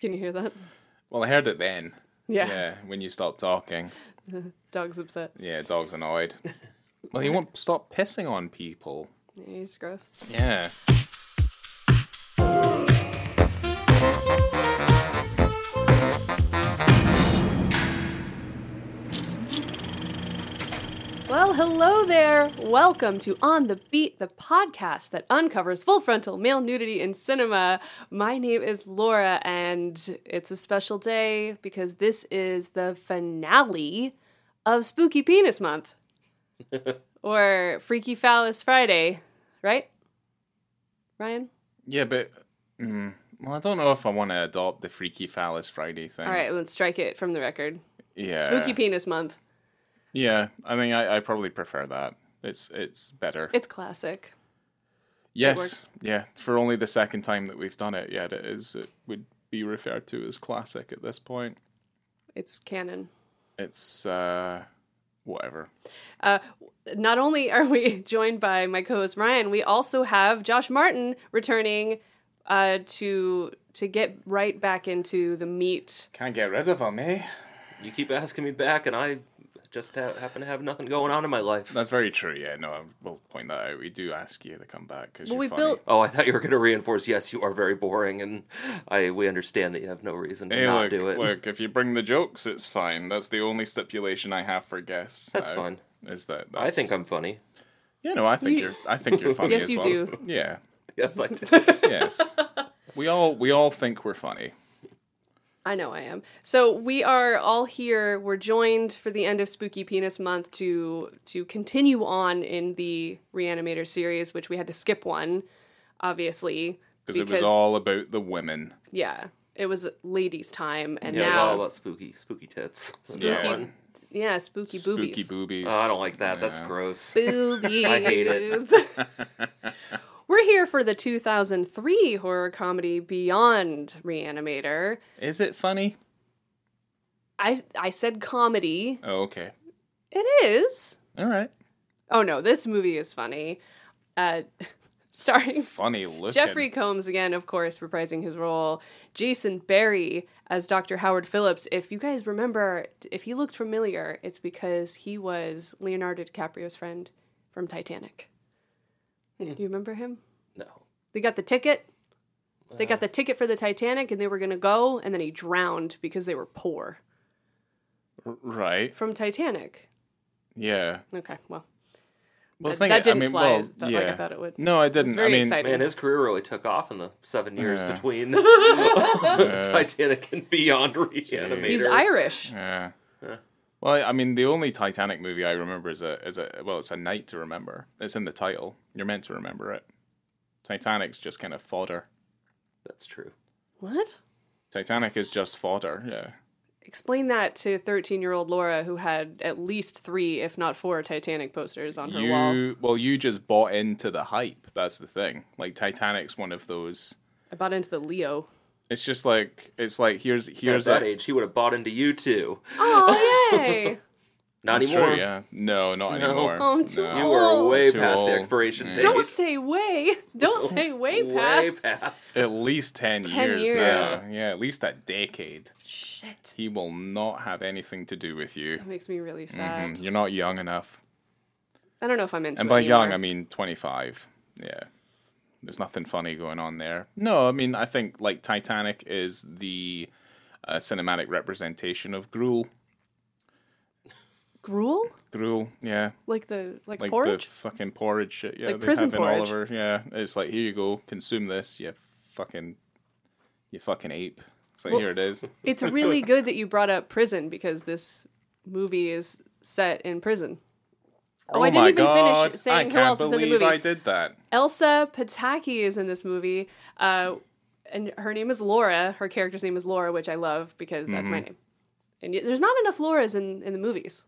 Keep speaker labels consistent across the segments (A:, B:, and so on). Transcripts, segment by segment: A: Can you hear that?
B: Well, I heard it then.
A: Yeah.
B: when you stopped talking.
A: Dog's upset.
B: Yeah, dog's annoyed. well, he won't stop pissing on people.
A: Yeah, He's gross.
B: Yeah.
A: Well, hello there. Welcome to On the Beat, the podcast that uncovers full frontal male nudity in cinema. My name is Laura, and it's a special day because this is the finale of Spooky Penis Month or Freaky Phallus Friday, right? Ryan?
B: Yeah, but. Mm, well, I don't know if I want to adopt the Freaky Phallus Friday thing.
A: All right, let's strike it from the record.
B: Mm. Yeah.
A: Spooky Penis Month.
B: Yeah, I think I, I probably prefer that. It's it's better.
A: It's classic.
B: yes.
A: works.
B: Yeah. For only the second time that we've done it yet, it is it would be referred to as classic at this point.
A: It's canon.
B: It's uh whatever.
A: Uh, not only are we joined by my co-host Ryan, we also have Josh Martin returning uh, to to get right back into the meat.
B: Can't get rid of him, eh?
C: You keep asking me back, and I just ha- happen to have nothing going on in my life.
B: That's very true. Yeah, no, I will point that out. We do ask you to come back because
A: Well,
B: you're
A: we
B: funny.
A: built
C: Oh, I thought you were going to reinforce. Yes, you are very boring, and I we understand that you have no reason to
B: Hey,
C: not
B: look,
C: do it.
B: look, if you bring the jokes, it's fine. That's the only stipulation I have for guests.
C: That's
B: now,
C: fine.
B: Is that
C: I think I'm funny.
B: Yeah, no, I think
A: You-
B: you... are I think you're funny.
A: Yes,
B: as
A: you
B: well.
A: do.
B: Yeah.
C: Yes, I do.
B: Yes. we all we all think we're funny.
A: I know I am. So we are all here. We're joined for the end of Spooky Penis Month to to continue on in the Reanimator series, which we had to skip one, obviously,
B: because it was all about the women.
A: yeah, it was ladies' time, and
C: yeah, it's
A: now
C: all about spooky, spooky tits. That's
A: spooky,
C: that
B: Yeah.
C: one.
A: yeah, spooky boobies,
B: Spooky boobies.
C: Oh, I don't like that. That's
B: Yeah.
C: gross.
A: boobies.
C: I hate it.
A: We're here for the 2003 horror comedy Beyond Reanimator.
B: Is it funny?
A: I I said comedy.
B: Oh, okay.
A: It is.
B: All right.
A: Oh no, this movie is funny. Uh, starring
B: Funny looking.
A: Jeffrey Combs again, of course, reprising his role. Jason Barry as Dr. Howard Phillips. If you guys remember, if he looked familiar, it's because he was Leonardo DiCaprio's friend from Titanic.
C: Hmm.
A: Do you remember him?
C: No.
A: They got the ticket. They got the ticket for the Titanic and they were going to go and then he drowned because they were poor
B: R- Right.
A: from Titanic.
B: Yeah.
A: Okay, well.
B: Well,
A: That-
B: think
A: that
B: it-
A: didn't
B: I mean,
A: fly
B: well,
A: as- like I
B: yeah.
A: thought it would.
B: No, I didn't.
A: very
B: I mean,
A: exciting.
C: Man, his career really took off in the seven years
B: Yeah.
C: between
B: Yeah.
C: Titanic and Beyond Reanimator.
A: He's Irish.
B: yeah.
C: Yeah.
B: Well, I mean, the only Titanic movie I remember is a is a well, it's a night to remember. It's in the title. You're meant to remember it. Titanic's just kind of fodder.
C: That's true.
A: What?
B: Titanic is just fodder. Yeah.
A: Explain that to 13 year old Laura, who had at least three, if not four, Titanic posters on her wall.
B: You well, you just bought into the hype. That's the thing. Like Titanic's one of those.
A: I bought into the Leo.
B: It's just like it's like here's here's
C: At that
B: a,
C: age, he would have bought into you too.
A: Oh, yay!
C: Not
B: That's
C: anymore.
B: True, yeah. No, not
C: No.
B: anymore.
A: Oh, I'm too
B: No.
C: You are
A: Oh.
C: way
B: Too
C: past
B: old.
C: the expiration
B: Yeah.
C: date.
A: Don't say way. Don't say way past.
C: Way past.
B: At least 10,
A: 10
B: years,
A: years.
B: now. Yeah, at least a decade.
A: Shit.
B: He will not have anything to do with you.
A: That makes me really sad.
B: Mhm. You're not young enough.
A: I don't know if I'm into
B: And
A: it
B: by young,
A: anymore.
B: I mean 25. Yeah. There's nothing funny going on there. No, I mean, I think like Titanic is the uh, cinematic representation of gruel.
A: Gruel?
B: Gruel, yeah.
A: Like the like,
B: Like
A: porridge?
B: the fucking porridge shit. Yeah,
A: Like prison
B: have in
A: porridge.
B: Oliver. Yeah. It's like, here you go, consume this, you fucking, you fucking ape. It's like,
A: Well- oh,
B: here it is.
A: It's really good that you brought up prison because this movie is set in prison. Oh, I didn't even finish saying
B: I
A: who
B: can't
A: else is in the
B: believe
A: movie.
B: I did that.
A: Elsa Pataki is in this movie, uh, and her name is Laura. Her character's name is Laura, which I love because that's
B: Mm-hmm.
A: my name. And yet, there's not enough Lauras in, in the movies,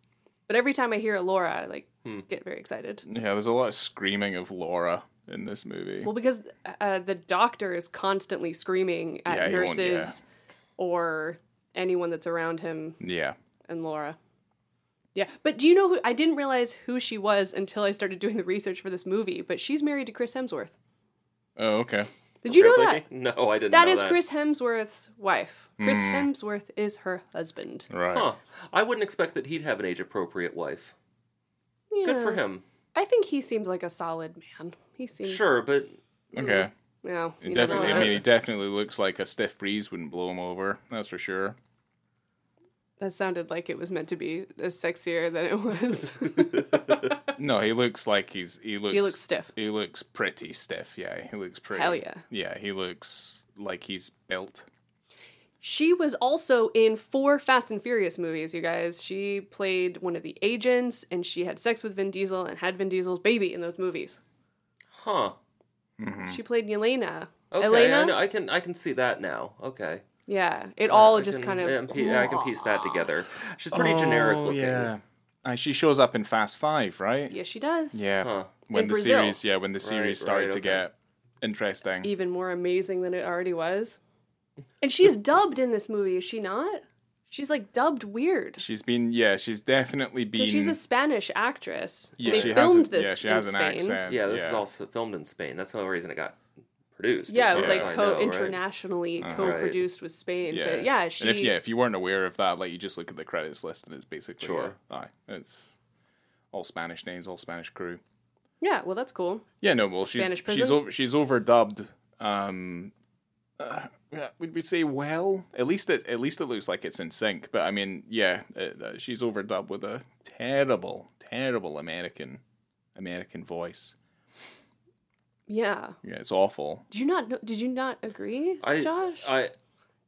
A: but every time I hear a Laura, I like
B: Hmm.
A: get very excited.
B: Yeah, there's a lot of screaming of Laura in this movie.
A: Well, because uh, the doctor is constantly screaming at
B: Yeah, he won't-
A: nurses or anyone that's around him
B: yeah.
A: and Laura. Yeah, but do you know who? I didn't realize who she was until I started doing the research for this movie. But she's married to Chris Hemsworth.
B: Oh, okay.
A: Did you know that?
C: Apparently. No, I didn't
A: That
C: know
A: is
C: that. Hmm.
A: Chris Hemsworth's wife. Chris Hemsworth is her husband.
B: Right.
C: Huh. I wouldn't expect that he'd have an age appropriate wife. Good for
A: Yeah.
C: him.
A: I think he seemed like a solid man. He seems
C: Sure, but
B: Okay.
A: Yeah,
B: It
A: you
B: definitely.
A: know,
B: I mean, he
A: that-
B: definitely looks like a stiff breeze wouldn't blow him over. That's for sure.
A: that sounded like it was meant to be uh, sexier than it was.
B: No, he looks like he's. He looks.
A: he looks stiff.
B: He looks pretty stiff. Yeah, he looks pretty.
A: Hell yeah.
B: Yeah, he looks like he's built.
A: She was also in four Fast and Furious movies, you guys. She played one of the agents, and she had sex with Vin Diesel and had Vin Diesel's baby in those movies.
C: huh.
A: She played Yelena.
C: Mm. Okay,
A: Elena?
C: I, know, I can I can see that now. Okay.
A: Yeah, it all
C: I
A: just
C: can-
A: kind of.
C: yeah, I'm pe- I can piece that together. She's pretty generic looking.
B: Oh, Yeah. Uh, she shows up in Fast Five, right?
A: Yes, she does.
B: Yeah.
C: Huh.
B: When
A: In
B: the
A: Brazil.
B: series, yeah, when the series
C: right,
B: started to
C: okay.
B: get interesting.
A: Even more amazing than it already was. And she's dubbed in this movie, is she not? She's like dubbed weird.
B: She's been, yeah, she's definitely been.
A: Because she's a Spanish actress.
B: yeah,
A: they
B: she
A: filmed
B: has a,
A: this
B: Yeah, she
A: in
B: has
A: Spain.
B: an accent.
C: Yeah, this is also filmed in Spain. That's the only reason it got produced.
A: Yeah,
C: as
A: it was
C: far
A: like
C: as I
A: co-
C: know, right?
A: internationally co-produced with Spain.
B: Uh-huh. Yeah,
A: But yeah, she.
B: And if, yeah, if you weren't aware of that, like you just look at the credits list and it's basically
C: Sure.
B: yeah, aye, it's all Spanish names, all Spanish crew.
A: yeah, well, that's cool.
B: Yeah, no, well, she's
A: Spanish
B: she's
A: prison?
B: over, she's overdubbed. Um, uh, yeah, would we say well? At least it at least it looks like it's in sync. But I mean, yeah, uh, uh, she's overdubbed with a terrible, terrible American American voice.
A: Yeah.
B: Yeah, it's awful.
A: Did you not? know- Did you not agree,
C: I,
A: Josh?
C: I,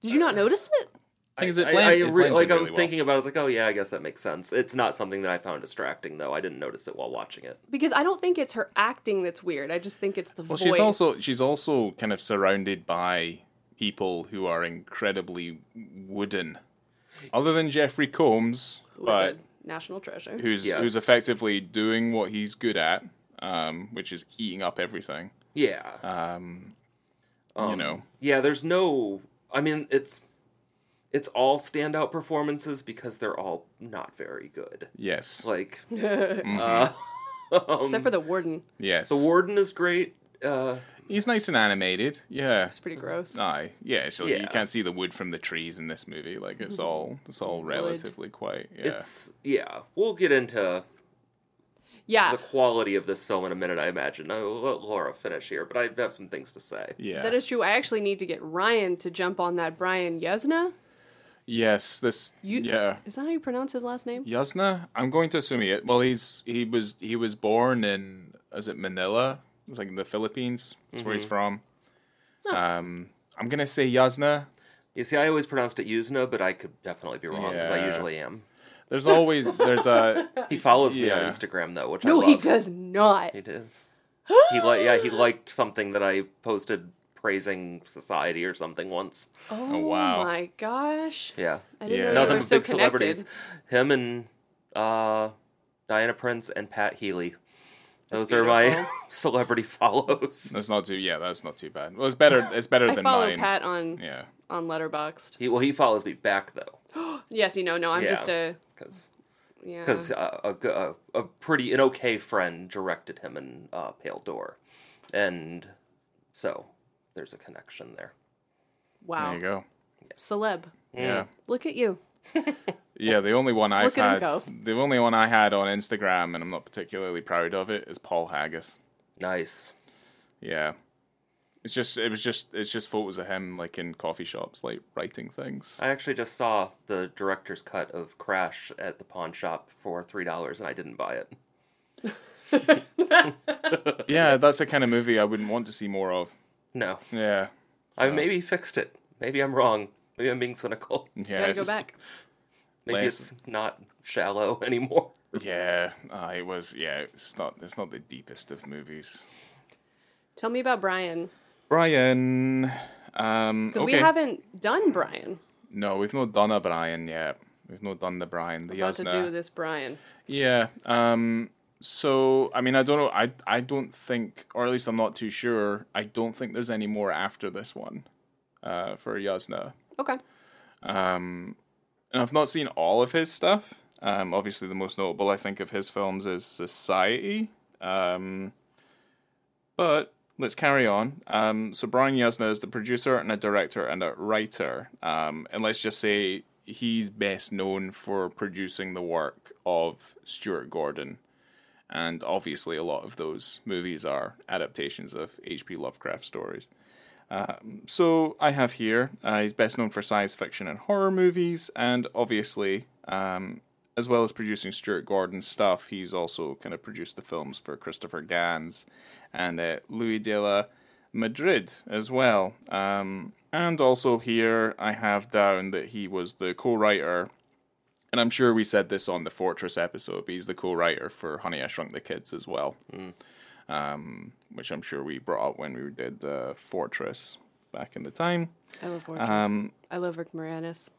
A: did you not notice it?
B: I think
C: I, I re- like I'm thinking about it, it's like, oh yeah, I guess that makes sense. It's not something that I found distracting though. I didn't notice it while watching it.
A: Because I don't think it's her acting that's weird. I just think it's the
B: Well,
A: voice.
B: she's also she's also kind of surrounded by people who are incredibly wooden. Other than Jeffrey Combs,
A: Who is
B: but
A: a national treasure.
B: who's
C: Yes.
B: who's effectively doing what he's good at, um, which is eating up everything.
C: Yeah, Um,
B: you know,
C: yeah. There's no. I mean, it's it's all standout performances because they're all not very good.
B: yes,
C: Like
A: Mm-hmm.
C: uh, um,
A: Except for the warden.
B: yes.
C: the Warden is great. Uh,
B: he's nice and animated. Yeah,
A: It's pretty gross.
B: aye, yeah. So you
C: Yeah. Mm-hmm.
B: can't see the wood from the trees in this movie. Like it's all it's all relatively quite. Yeah,
C: It's yeah. We'll get into
A: yeah.
C: the quality of this film in a minute. I imagine. I'll let Laura finish here, but I have some things to say.
B: yeah.
A: That is true. I actually need to get Ryan to jump on that. Brian Yesna?
B: yes, this.
A: You-
B: yeah.
A: Is that how you pronounce his last name?
B: Yasna? I'm going to assume he. Well, he's he was he was born in is it Manila? It's like in the Philippines. That's where he's
A: Mm-hmm.
B: from.
A: Oh.
B: Um, I'm gonna say Yasna.
C: You see, I always pronounced it Yuzna, but I could definitely be wrong because I
B: Yeah.
C: usually am.
B: There's always there's a
C: He follows me on
B: Yeah.
C: Instagram though, which
A: No,
C: I love.
A: he does not.
C: He does. He like yeah, he liked something that I posted praising society or something once.
A: Oh,
B: wow.
A: my gosh.
C: Yeah,
A: I didn't
B: Yeah.
A: know
C: Now
A: they
C: them
A: were so
C: big celebrities,
A: connected.
C: him and uh, Diana Prince and Pat Healy. Those
A: That's
C: are my
A: beautiful.
C: celebrity follows.
B: that's not too yeah that's not too bad. Well, it's better it's better
A: I
B: than
A: follow
B: mine.
A: Pat on
B: Yeah,
A: on Letterboxd.
C: He well, he follows me back though,
A: Yes, you know, no, I'm
C: Yeah.
A: just a
C: because
A: yeah.
C: because uh, a, g- a a pretty an okay friend directed him in uh, Pale Door, and so there's a connection there.
A: wow,
B: there you go.
A: celeb.
B: Yeah.
A: Look at you.
B: Yeah, the only one I've
A: Look at him
B: had,
A: go.
B: the only one I had on Instagram, and I'm not particularly proud of it, is Paul Haggis.
C: Nice.
B: Yeah, it's just it was just it's just photos of him like in coffee shops, like writing things.
C: I actually just saw the director's cut of Crash at the pawn shop for three dollars, and I didn't buy it.
B: Yeah, that's the kind of movie I wouldn't want to see more of.
C: No,
B: Yeah.
C: I maybe fixed it. Maybe I'm wrong. Maybe I'm being cynical.
B: Yeah.
A: Gotta go
B: it's-
A: back.
C: Maybe
B: Lance-
C: it's not shallow anymore.
B: Yeah, uh, it was. Yeah, it's not. It's not the deepest of movies.
A: Tell me about Brian
B: Brian. Um.
A: because
B: okay.
A: we haven't done Brian.
B: No, we've not done a Brian yet. We've not done the Brian. The
A: About to
B: Yasna.
A: do this Brian.
B: Yeah. Um. So I mean, I don't know. I I don't think, or at least I'm not too sure. I don't think there's any more after this one, uh, for Yasna.
A: Okay.
B: and I've not seen all of his stuff. Um, obviously, the most notable I think of his films is Society. Um, but let's carry on. Um, so Brian Yuzna is the producer and a director and a writer. Um, and let's just say he's best known for producing the work of Stuart Gordon. And obviously, a lot of those movies are adaptations of H.P. Lovecraft stories. Um, so I have here, uh, he's best known for science fiction and horror movies, and obviously, um, as well as producing Stuart Gordon's stuff, he's also kind of produced the films for Christopher Gans and uh, Louis de la Madrid as well. Um, and also here, I have down that he was the co-writer, and I'm sure we said this on the Fortress episode, but he's the co-writer for Honey, I Shrunk the Kids as well um, which I'm sure we brought up when we did uh, Fortress back in the time.
A: I love Fortress.
B: Um,
A: I love Rick Moranis.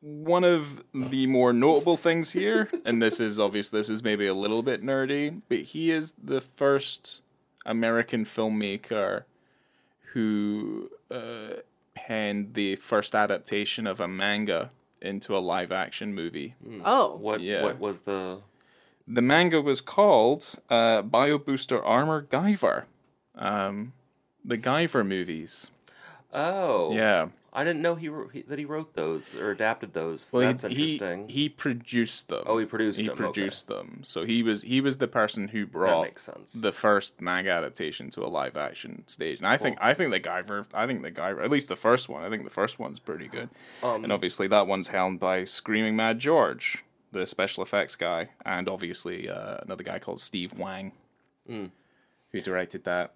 B: One of the more notable things here, and this is obvious, this is maybe a little bit nerdy, but he is the first American filmmaker who uh, penned the first adaptation of a manga into a live action movie.
A: Oh,
C: Hmm. What
B: Yeah.
C: what was the
B: The manga was called uh, Bio Booster Armor Guyver. Um, the Guyver movies.
C: Oh.
B: Yeah.
C: I didn't know he, wrote- he that he wrote those or adapted those.
B: Well,
C: That's
B: he, he-
C: interesting.
B: He, produced them.
C: Oh, he produced
B: He
C: them,
B: produced them. So he was he was the person who
C: that
B: brought
C: makes sense.
B: the first manga adaptation to a live action stage. And I think I think the Guyver I think the Guyver at least the first one. I think the first one's pretty good.
C: Um,
B: and obviously that one's helmed by Screaming Mad George, the special effects guy, and obviously uh, another guy called Steve Wang,
C: Hmm.
B: who directed that.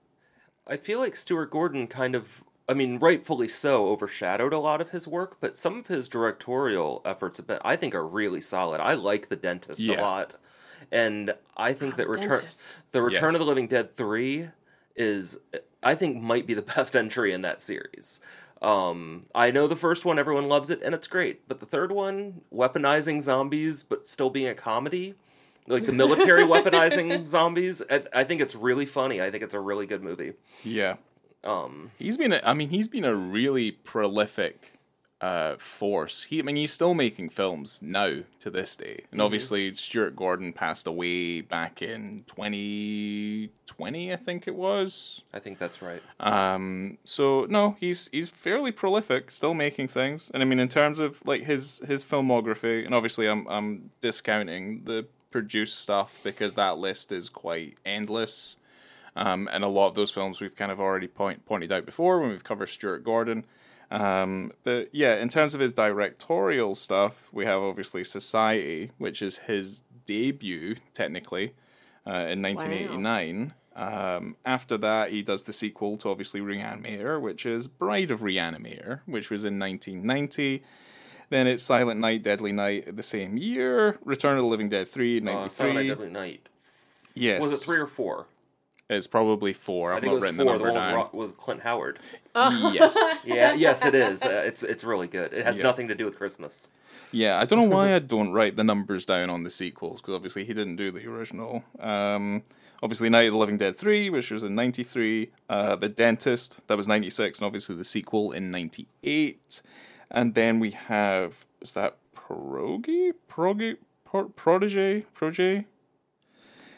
C: I feel like Stuart Gordon kind of, I mean, rightfully so, overshadowed a lot of his work, but some of his directorial efforts have been, I think, are really solid. I like The Dentist
B: Yeah.
C: a lot, and I think that return,
A: Dentist.
C: the Return
B: Yes.
C: of the Living Dead three is, I think, might be the best entry in that series. Um, I know the first one, everyone loves it, and it's great, but the third one, weaponizing zombies but still being a comedy. Like the military weaponizing zombies, I, I think it's really funny. I think it's a really good movie.
B: Yeah.
C: Um,
B: He's been, a, I mean, he's been a really prolific uh, force. He, I mean, he's still making films now to this day. And obviously, Stuart Gordon passed away back in 2020, I think it was.
C: I think that's right.
B: Um, so no, he's he's fairly prolific, still making things. And I mean, in terms of like his his filmography, and obviously, I'm I'm discounting the produced stuff because that list is quite endless. Um, and a lot of those films we've kind of already point, pointed out before when we've covered Stuart Gordon. Um, but yeah, in terms of his directorial stuff, we have obviously Society, which is his debut technically uh, in 1989. Um, after that, he does the sequel to obviously Reanimator, which is Bride of Reanimator, which was in 1990. Then it's Silent Night, Deadly Night the same year. Return of the Living Dead 3, in
C: Uh, Silent Night,
B: 93.
C: Deadly Night.
B: yes.
C: Was it three or four?
B: It's probably four.
C: I
B: I've
C: think
B: not
C: it was
B: written
C: four.
B: the
C: The
B: number
C: one with,
B: down.
C: Ro- with Clint Howard.
B: Yes.
C: Yeah, yes, it is. Uh, it's it's really good. It has
B: Yeah.
C: nothing to do with Christmas.
B: Yeah, I don't know why I don't write the numbers down on the sequels because obviously he didn't do the original. Um, obviously, Night of the Living Dead three, which was in ninety three, uh, The Dentist that was ninety six, and obviously the sequel in ninety eight, and then we have is that Progy Progy Pro- Protege Protege.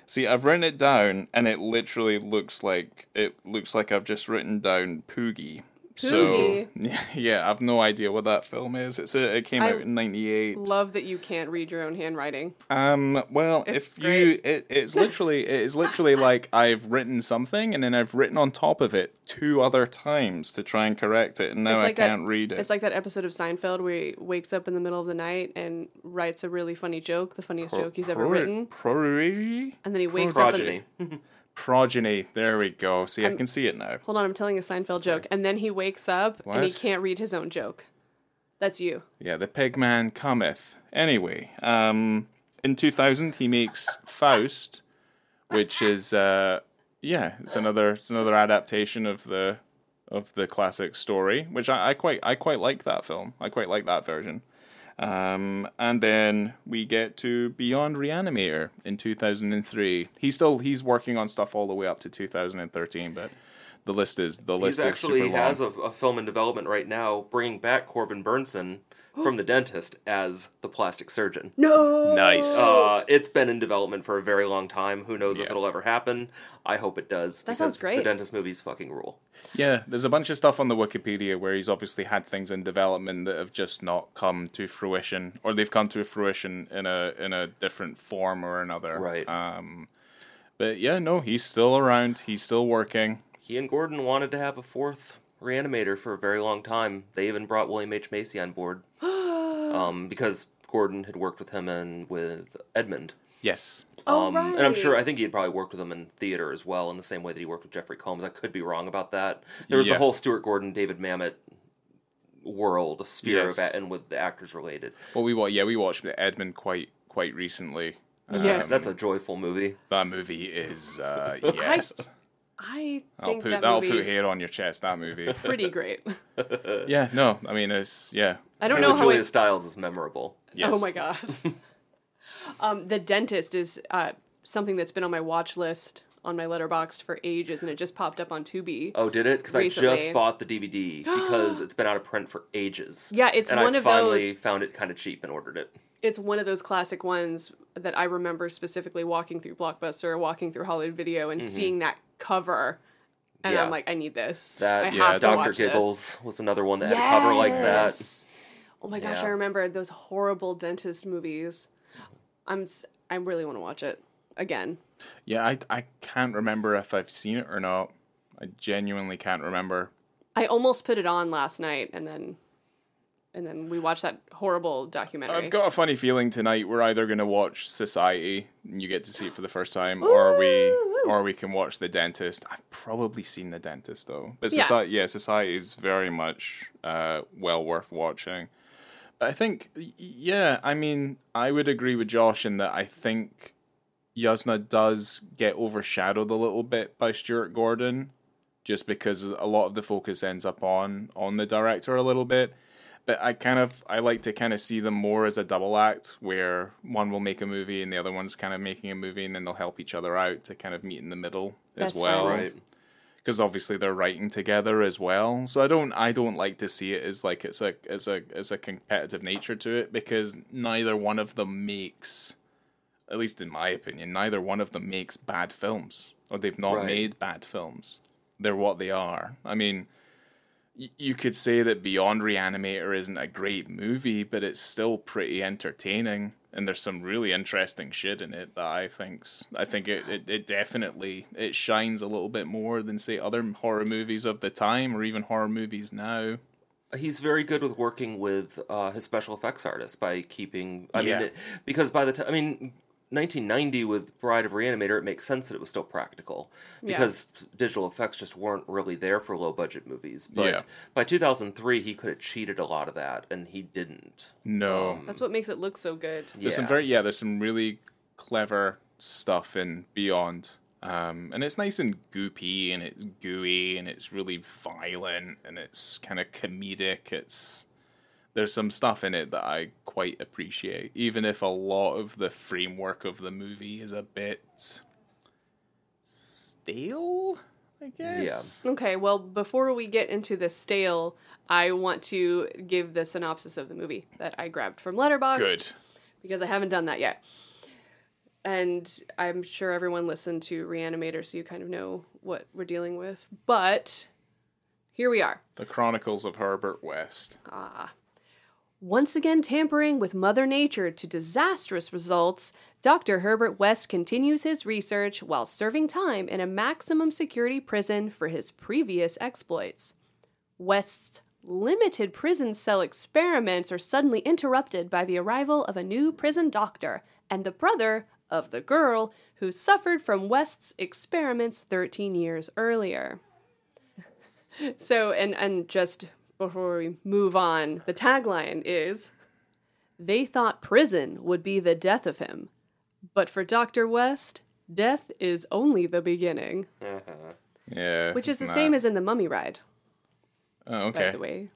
B: See, I've written it down, and it literally looks like it looks like I've just written down Poogie. So yeah, I've no idea what that film is. It's a, it came
A: I
B: out in '98.
A: love that you can't read your own handwriting.
B: Um. Well,
A: It's
B: if you,
A: great.
B: it, it's literally, it is literally like I've written something and then I've written on top of it two other times to try and correct it, and now
A: It's
B: I
A: like that-
B: can't read it.
A: It's like that episode of Seinfeld where he wakes up in the middle of the night and writes a really funny joke, the funniest joke he's ever
B: Pro-
A: written,
B: Prodigy?
A: and then he wakes up. in-
C: Progeny.
B: Progeny. There we go. See, I can see it now.
A: Hold on, I'm telling a Seinfeld joke, and then he wakes up and he
B: What?
A: can't read his own joke. That's you.
B: Yeah, the Pigman cometh. Anyway, um, in 2000 he makes Faust, which is uh, yeah, it's another it's another adaptation of the of the classic story, which I, I quite I quite like that film. I quite like that version. Um, and then we get to Beyond Reanimator in 2003. He's still he's working on stuff all the way up to 2013, but the list is the
C: He's
B: list is
C: actually
B: super long.
C: has a, a film in development right now, bringing back Corbin Burnson from the dentist as the plastic surgeon.
A: No.
B: Nice.
C: Uh, it's been in development for a very long time. Who knows if
B: Yeah.
C: it'll ever happen? I hope it does.
A: That sounds
C: because
A: great.
C: The dentist movies fucking rule.
B: Yeah, there's a bunch of stuff on the Wikipedia where he's obviously had things in development that have just not come to fruition, or they've come to fruition in a in a different form or another.
C: Right.
B: Um, but yeah, no, he's still around. He's still working.
C: He and Gordon wanted to have a fourth reanimator for a very long time. They even brought William H Macy on board um, because Gordon had worked with him and with Edmund.
B: Yes.
A: oh,
C: Um,
A: right.
C: And I'm sure I think he had probably worked with him in theater as well, in the same way that he worked with Jeffrey Combs. I could be wrong about that. There was
B: Yeah.
C: the whole Stuart Gordon, David Mamet world sphere
B: Yes.
C: of that, and with the actors related.
B: Well, we wa- yeah we watched Edmund quite quite recently. Um,
A: Yes.
C: That's a joyful movie.
B: That movie is uh, yes.
A: I
B: I'll
A: think
B: put
A: that
B: that'll
A: movie
B: put
A: is
B: hair on your chest. That movie.
A: pretty great.
B: yeah. No, I mean it's yeah.
A: I don't
C: Same
A: know
C: with
A: how
C: Julia
A: it
C: Stiles is memorable.
B: Yes.
A: Oh my god. um, the dentist is uh, something that's been on my watch list on my letterboxed for ages, and it just popped up on Tubi.
C: Oh, did it? Because I
A: Recently.
C: just bought the DVD because it's been out of print for ages.
A: Yeah, it's
C: and
A: one
C: I
A: of
C: finally
A: those-
C: found it kind of cheap and ordered it.
A: It's one of those classic ones that I remember specifically walking through Blockbuster, walking through Hollywood Video, and seeing that cover, and
C: Mm-hmm. Yeah.
A: I'm like, I need this.
C: That
A: I
B: yeah,
A: have to
C: Doctor
A: watch this.
C: Giggles was another one that had a cover like that.
A: Yes. Oh my gosh,
C: Yeah.
A: I remember those horrible dentist movies. I'm s- I really want to watch it again.
B: Yeah, I I can't remember if I've seen it or not. I genuinely can't remember.
A: I almost put it on last night, and then and then we watched that horrible documentary.
B: I've got a funny feeling tonight we're either going to watch Society and you get to see it for the first time, or we or we can watch The Dentist. I've probably seen The Dentist though, but
A: Yeah.
B: Society, yeah, Society is very much uh, well worth watching. But I think, y- yeah, I mean, I would agree with Josh in that I think Yasna does get overshadowed a little bit by Stuart Gordon, just because a lot of the focus ends up on on the director a little bit but I kind of I like to kind of see them more as a double act where one will make a movie and the other one's kind of making a movie and then they'll help each other out to kind of meet in the middle
A: Best
B: as well
A: friends.
C: Right.
B: because obviously they're writing together as well so I don't I don't like to see it as like it's a it's a it's a competitive nature to it because neither one of them makes at least in my opinion neither one of them makes bad films or they've not
C: Right.
B: made bad films they're what they are I mean y- you could say that Beyond Reanimator isn't a great movie, but it's still pretty entertaining, and there's some really interesting shit in it that I think's I think it, it, it definitely it shines a little bit more than say other horror movies of the time or even horror movies now.
C: He's very good with working with uh, his special effects artists by keeping. I
B: Yeah.
C: mean, it, because by the time I mean. 1990 with Bride of Reanimator, it makes sense that it was still practical
A: Yeah.
C: because digital effects just weren't really there for low budget movies. But
B: Yeah.
C: by 2003, he could have cheated a lot of that, and he didn't.
B: No,
A: That's what makes it look so good.
B: There's some
C: Yeah.
B: very yeah, there's some really clever stuff in Beyond. Um, and it's nice and goopy and it's gooey and it's really violent and it's kind of comedic. It's there's some stuff in it that I quite appreciate, even if a lot of the framework of the movie is a bit stale, I guess.
A: Okay, well, before we get into the stale, I want to give the synopsis of the movie that I grabbed from Letterboxd.
B: Good.
A: because I haven't done that yet. And I'm sure everyone listened to Reanimator, so you kind of know what we're dealing with. But here we are.
B: The Chronicles of Herbert West.
A: Oh. Once again tampering with Mother Nature to disastrous results, Dr. Herbert West continues his research while serving time in a maximum security prison for his previous exploits. West's limited prison cell experiments are suddenly interrupted by the arrival of a new prison doctor and the brother of the girl who suffered from West's experiments 13 years earlier. So, and and just before we move on, the tagline is they thought prison would be the death of him. But for Dr. West, death is only the beginning,
B: Yeah.
A: which is the
B: nah.
A: same as in The Mummy Ride,
B: Oh,
A: by
B: okay.
A: the way.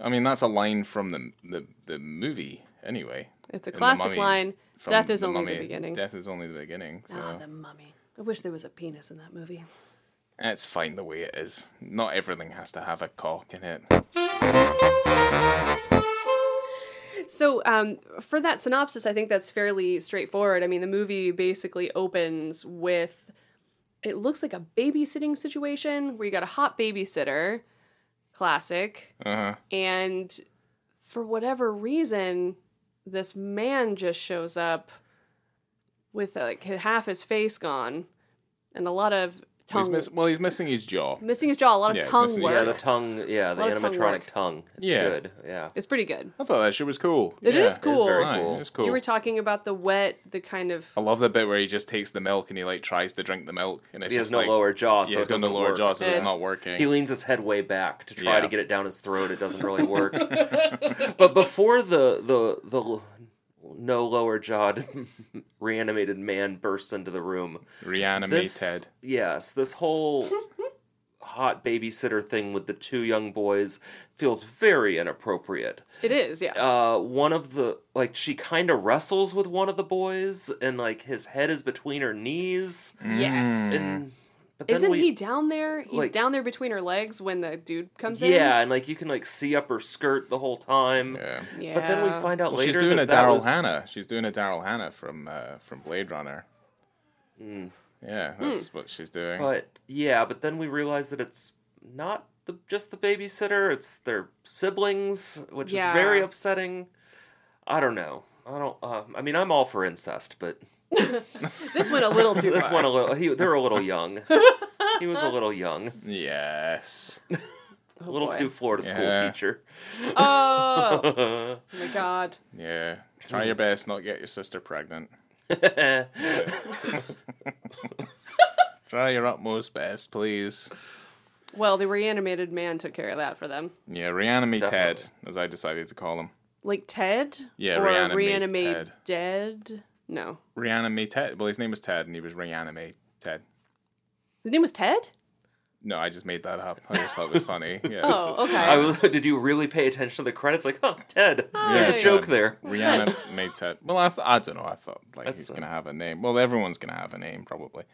B: I mean, that's a line from the the, the movie, anyway.
A: It's a
B: In The
A: classic
B: Mummy,
A: line.
B: from
A: Death is
B: The
A: only the
B: Mummy,
A: beginning.
B: Death is only the beginning. So.
A: Ah, the mummy. I wish there was a penis in that movie.
B: It's fine the way it is. Not everything has to have a cock in it.
A: So, um, for that synopsis, I think that's fairly straightforward. I mean, the movie basically opens with it looks like a babysitting situation where you got a hot babysitter, classic,
B: Uh-huh.
A: and for whatever reason, this man just shows up with like half his face gone and a lot of
B: He's
A: tongue
B: miss- well, he's missing his jaw.
A: missing his jaw, a lot of
B: Yeah,
A: tongue
B: missing his
A: work.
C: Yeah, the tongue. Yeah, the
A: lot of tongue
C: animatronic
A: work.
C: tongue. It's
B: Yeah.
C: good. Yeah.
A: It's pretty good.
B: I thought that shit was cool.
A: It
B: It is
A: is cool.
C: very
B: Aye,
C: cool.
B: It's cool. Oh.
A: You were talking about the wet, the kind of
B: I love the bit where he just takes the milk and he like tries to drink the milk and it's
C: He has
B: just
C: no
B: like,
C: lower jaw, so
B: Yeah,
C: it
B: he's got
C: doesn't
B: no lower
C: work.
B: jaw, so
A: Yeah.
B: it's not working.
C: He leans his head way back to try
B: Yeah.
C: to get it down his throat. It doesn't really work. but before the the the l- no lower jawed reanimated man bursts into the room,
B: Reanimated.
C: this yes, this whole hot babysitter thing with the two young boys feels very inappropriate
A: it is, yeah.
C: uh one of the like she kind of wrestles with one of the boys and like his head is between her knees
A: Yes.
B: Mm-hmm.
C: and but then
A: Isn't
C: we,
A: he down there? He's
C: like-
A: down there between her legs when the dude comes in.
C: yeah and like you can like see up her skirt the whole time
B: Yeah.
A: Yeah.
C: but then we find out
B: Well,
C: later
B: she's doing
C: that
B: a
C: that
B: Daryl
C: was
B: Hannah. She's doing a Daryl Hannah from uh, from Blade Runner. Yeah, that's what she's doing.
C: Hmm. but yeah but then we realize that it's not the, just the babysitter it's their siblings which
A: Yeah.
C: is very upsetting i don't know i don't uh, i mean i'm all for incest but
A: this went a little too
C: this
A: far.
C: one a little he, they're a little young he was a little young
B: yes.
A: Oh,
C: little
A: boy.
C: too Florida school
B: Yeah.
C: teacher.
A: Oh my god.
B: Yeah. Try your best not get your sister pregnant. Try your utmost best, please.
A: Well, the reanimated man took care of that for them.
B: Yeah, reanimate Ted,
C: Definitely.
B: as I decided to call him.
A: Like Ted?
B: Yeah,
A: or
B: reanimate
A: reanimate
B: Ted.
A: dead? No.
B: Reanimate Ted. Well, his name was Ted, and he was reanimate Ted.
A: His name was Ted?
B: No, I just made that up. I just thought it was funny. Yeah.
A: Oh, okay.
C: I was, did you really pay attention to the credits? Like, huh, Ted. There's
A: Hi.
C: a joke there.
B: Rihanna made Ted. Well, I, th- I don't know. I thought like
C: That's
B: he's
C: a-
B: gonna have a name. Well, everyone's gonna have a name probably.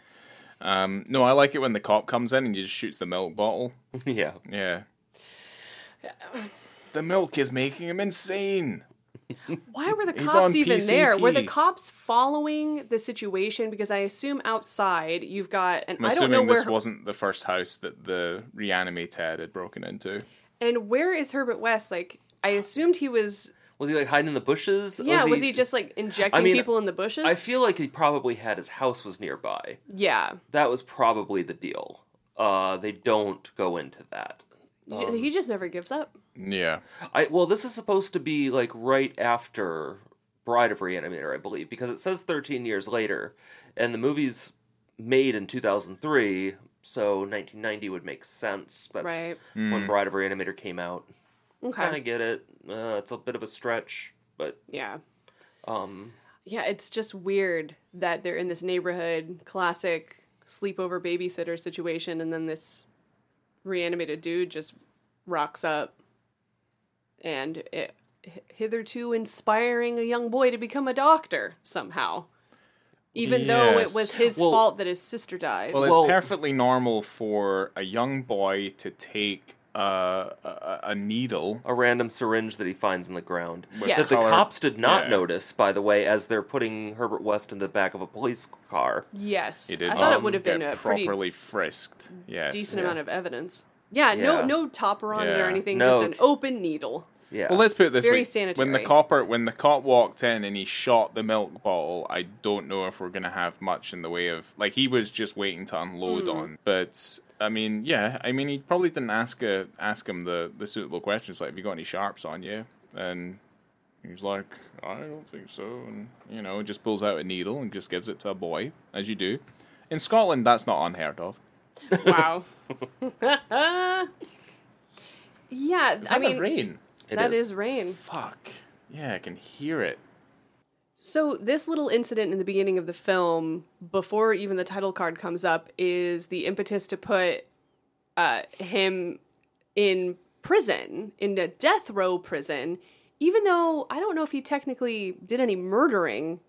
B: Um, no, I like it when the cop comes in and he just shoots the milk bottle.
C: yeah.
B: Yeah. The milk is making him insane.
A: Why were the
B: He's
A: cops
B: on
A: even there? Were the
B: PCP.
A: cops following the situation? Because I assume outside you've got, and
B: I'm
A: I don't know
B: assuming
A: where
B: this wasn't the first house that the reanimate Ted had broken into.
A: And where is Herbert West? Like, I assumed he was.
C: Was he like hiding in the bushes?
A: Yeah, was he, just like injecting
C: I mean,
A: people in the bushes?
C: I feel like he probably had his house was nearby.
A: yeah,
C: That was probably the deal. Uh, they don't go into that.
A: J-
C: um,
A: he just never gives up.
B: Yeah.
C: I well, this is supposed to be like right after Bride of Reanimator, I believe, because it says 13 years later, and the movie's made in 2003, so 1990 would make sense. That's
A: Right.
C: when Bride of Reanimator came out.
A: Okay.
C: Kind of get it. Uh, it's a bit of a stretch, but
A: Yeah.
C: um,
A: Yeah, it's just weird that they're in this neighborhood, classic sleepover babysitter situation, and then this reanimated dude just rocks up and it, h- hitherto inspiring a young boy to become a doctor somehow. Even though it
B: Yes.
A: was his
C: Well-
A: fault that his sister died.
B: Well, it's
C: Well-
B: perfectly normal for a young boy to take uh, a, a, a needle.
C: a random syringe that he finds in the ground
A: Yes.
C: that the
B: Colour-
C: cops did not
B: yeah.
C: notice, by the way, as they're putting Herbert West in the back of a police car.
A: yes.
B: He did
A: I thought
B: not
A: it would have been
B: get
A: a pretty
B: properly frisked. Yes.
A: decent amount of evidence. Yeah, no
C: Yeah.
A: no topper on it or
B: Yeah.
A: anything,
C: No.
A: just an open needle.
C: Yeah.
B: Well, let's put it this
A: Very
B: way:
A: sanitary.
B: when the copper, when the cop walked in and he shot the milk bottle, I don't know if we're gonna have much in the way of like he was just waiting to unload
A: Mm.
B: on. But I mean, yeah, I mean he probably didn't ask uh ask him the the suitable questions like, "Have you got any sharps on you?" And he was like, "I don't think so," and you know, just pulls out a needle and just gives it to a boy, as you do. In Scotland, that's not unheard of.
A: Wow. yeah,
B: Is
A: I
B: that a
A: mean
B: rain?
C: It
A: that
C: is.
A: is. rain.
B: Fuck. Yeah, I can hear it.
A: So this little incident in the beginning of the film, before even the title card comes up, is the impetus to put uh, him in prison, in a death row prison. Even though I don't know if he technically did any murdering,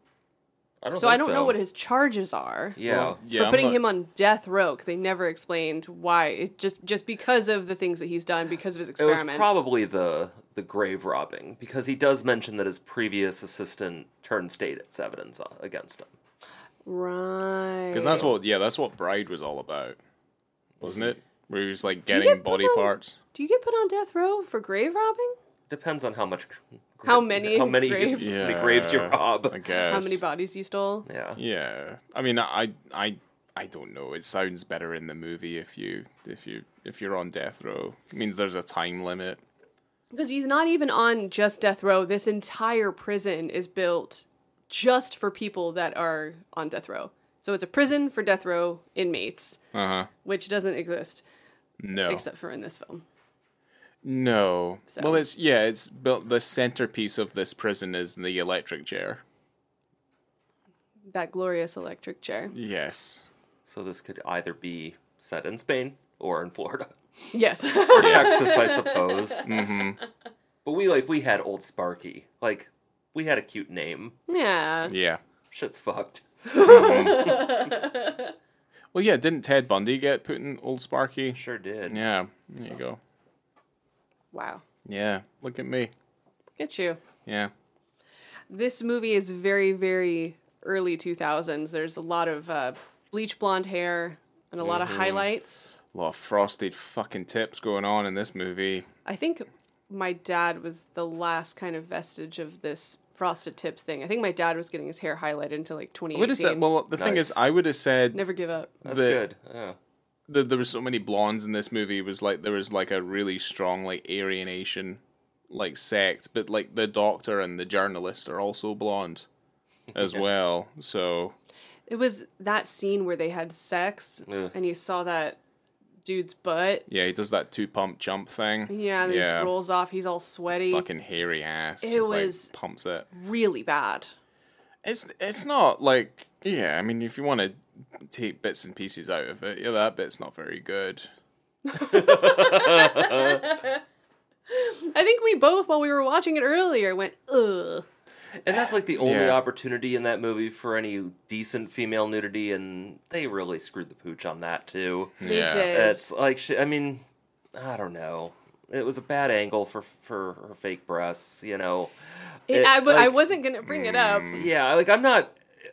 C: I don't
A: so I
C: think
A: don't
C: so.
A: know what his charges are.
C: Yeah.
B: Well, yeah,
A: for
B: I'm
A: putting
B: not-
A: him on death row, 'cause they never explained why. It just just because of the things that he's done, because of his
C: It was
A: experiments.
C: probably the the grave robbing because he does mention that his previous assistant turned state its evidence uh, against him.
A: right.
B: Because that's what, yeah, that's what Bride was all about, wasn't it? Where he was like
A: you
B: getting
A: get
B: body
A: put on-
B: parts.
A: Do you get put on death row for grave robbing?
C: Depends on how much,
A: How many
C: how many
A: graves?
C: how many graves you
B: Yeah,
C: rob.
B: I guess.
A: How many bodies you stole?
C: Yeah,
B: Yeah, I mean, I, I, I don't know. It sounds better in the movie if you, if you, if you're on death row. It means there's a time limit.
A: Because he's not even on just death row. This entire prison is built just for people that are on death row. So it's a prison for death row inmates,
B: Uh huh.
A: which doesn't exist
B: No.
A: except for in this film.
B: No. Well, it's yeah. It's built. The centerpiece of this prison is the electric chair.
A: That glorious electric chair.
B: Yes.
C: so this could either be set in Spain or in Florida,
A: Yes.
C: Texas, I suppose.
B: Mm-hmm.
C: But we like we had old Sparky. Like we had a cute name.
A: yeah.
B: Yeah.
C: Shit's fucked.
B: Well, yeah. Didn't Ted Bundy get put in Old Sparky?
C: Sure did.
B: Yeah. There you go.
A: Wow.
B: Yeah. Look at me.
A: Get you.
B: Yeah.
A: This movie is very, very early 2000s. There's a lot of uh, bleach blonde hair and a lot
B: Mm-hmm.
A: of highlights.
B: A lot of frosted fucking tips going on in this movie.
A: I think my dad was the last kind of vestige of this frosted tips thing. I think my dad was getting his hair highlighted until like 2018.
B: What is that? Well, the thing is,
C: Nice.
B: I would have said
A: Never give up.
C: That's
B: the-
C: good. Yeah.
B: that there was so many blondes in this movie was like there was like a really strong like Aryan Asian like sect, but like the doctor and the journalist are also blonde as well. So
A: It was that scene where they had sex
C: Ugh.
A: and you saw that dude's butt.
B: yeah, he does that two pump jump thing.
A: Yeah, and it
B: yeah,
A: just rolls off. He's all sweaty.
B: fucking hairy ass.
A: It
B: just, like,
A: was-
B: pumps it.
A: Really bad.
B: It's it's not like yeah. I mean, if you want to take bits and pieces out of it, yeah, that bit's not very good.
A: I think we both, while we were watching it earlier, went, ugh.
C: And that's like the only
B: Yeah.
C: opportunity in that movie for any decent female nudity, and they really screwed the pooch on that too.
A: He
B: Yeah.
A: did.
C: It's like she, I mean, I don't know. It was a bad angle for for her fake breasts, you know.
A: It,
C: It-
A: I, w- I
C: like-
A: wasn't going to bring it up.
B: mm.
C: Yeah, like I'm not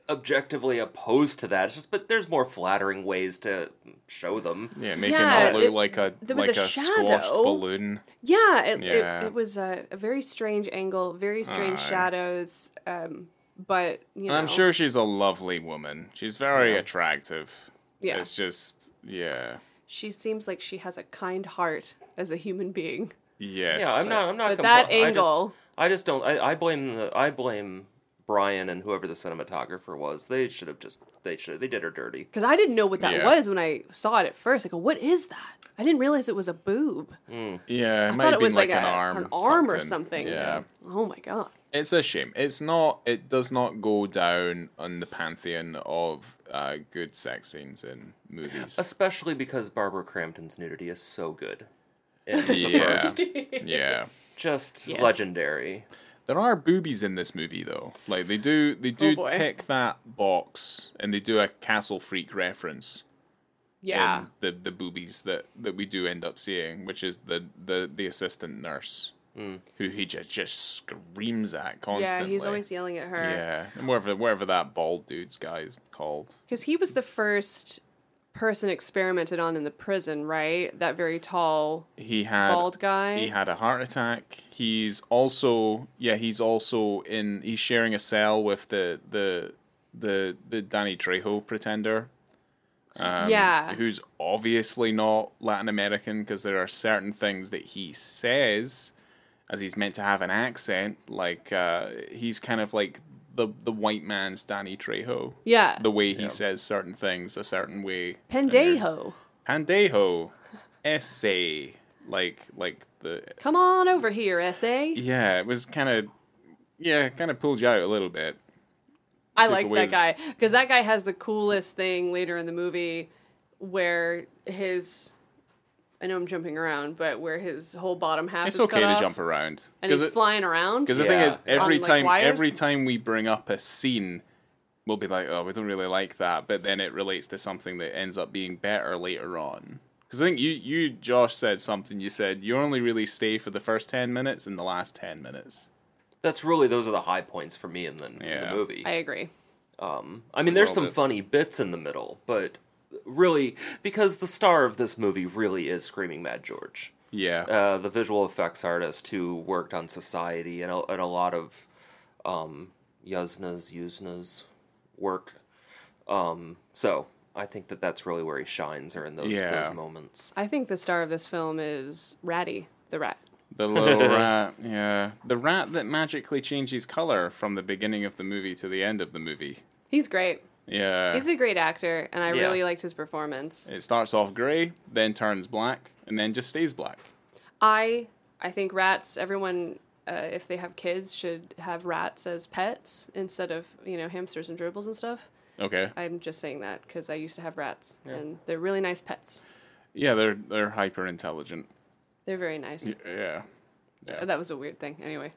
C: objectively opposed to that. It's just, but there's more flattering ways to show them.
B: Yeah, making
A: Yeah,
B: that look
A: it-
B: like a
A: there was
B: like
A: a
B: a, squashed
A: shadow.
B: balloon.
A: Yeah, it,
B: Yeah.
A: It, it was a, a very strange angle, very strange
B: Aye.
A: shadows. Um, but you know,
B: And I'm sure she's a lovely woman. She's very
C: Yeah.
B: attractive.
A: Yeah.
B: It's just, yeah.
A: she seems like she has a kind heart as a human being.
B: Yes.
C: Yeah, I'm not. I'm not.
A: But that
C: compli- I just-
A: angle,
C: I just don't. I, I blame the. I blame Brian and whoever the cinematographer was. They should have just. They should. They did her dirty.
A: because I didn't know what that
B: Yeah.
A: was when I saw it at first. I go, "What is that?" I didn't realize it was a boob.
B: Yeah, it
A: I thought
B: might have
A: it
B: been
A: was
B: like,
A: like,
B: an
A: a,
B: arm.
A: an arm or
B: tucked in.
A: something.
B: Yeah.
A: Oh my god.
B: It's a shame. It's not, it does not go down on the pantheon of uh, good sex scenes in movies.
C: Especially because Barbara Crampton's nudity is so good. In the
B: Yeah.
C: first.
B: yeah.
C: Just
A: Yes.
C: legendary.
B: There are boobies in this movie though. Like they do they do
A: Oh, boy.
B: tick that box and they do a castle freak reference.
A: Yeah.
B: in the the boobies that that we do end up seeing, which is the the the assistant nurse who he just just screams at
A: Hmm. yeah,
B: constantly.
A: he's always yelling at her.
B: yeah, and wherever wherever that bald dude's guy is called.
A: Because he was the first person experimented on in the prison, right? That very tall,
B: He had
A: bald guy.
B: He had a heart attack. He's also yeah. He's also in. He's sharing a cell with the the the the Danny Trejo pretender. Um,
A: Yeah.
B: Who's obviously not Latin American because there are certain things that he says, as he's meant to have an accent. Like uh, he's kind of like the the white man's Danny Trejo.
A: yeah.
B: The way he says certain things a certain way. and they're-
A: Pendejo.
B: Pandejo essay. Like like the
A: Come on over here, SA.
B: yeah, it was kind of yeah, kind of pulled you out a little bit.
A: I
B: took
A: liked
B: away
A: that
B: the-
A: guy because that guy has the coolest thing later in the movie where his I know I'm jumping around, but where his whole bottom half
B: It's
A: is
B: okay
A: cut
B: to
A: off
B: jump around
A: and he's
B: because
A: flying around.
B: the thing
C: Yeah.
B: is every
A: On, like,
B: time
A: wires?
B: every time we bring up a scene, we'll be like, oh, we don't really like that, but then it relates to something that ends up being better later on. Because I think you, you, Josh, said something. You said you only really stay for the first ten minutes and the last ten minutes.
C: That's really those are the high points for me in the, in the
B: Yeah.
C: movie.
A: I agree.
C: Um, I mean, there's
B: little
C: some
B: bit-
C: funny bits in the middle, but really, because the star of this movie really is Screaming Mad George,
B: Yeah,
C: uh, the visual effects artist who worked on Society and a, and a lot of um, Yuzna's Yuzna's work. Um, so I think that that's really where he shines, or in those,
B: Yeah.
C: those moments.
A: I think the star of this film is Ratty the rat.
B: the little rat. Yeah, the rat that magically changes color from the beginning of the movie to the end of the movie.
A: He's great.
B: Yeah,
A: He's a great actor, and I
C: Yeah.
A: really liked his performance.
B: it starts off gray, then turns black, and then just stays black.
A: I I think rats. Everyone, uh, if they have kids, should have rats as pets instead of you know hamsters and gerbils and stuff.
B: Okay.
A: I'm just saying that because I used to have rats, and they're really nice pets.
B: Yeah, they're they're hyper intelligent.
A: They're very nice.
B: Yeah.
A: Uh, That was a weird thing. Anyway,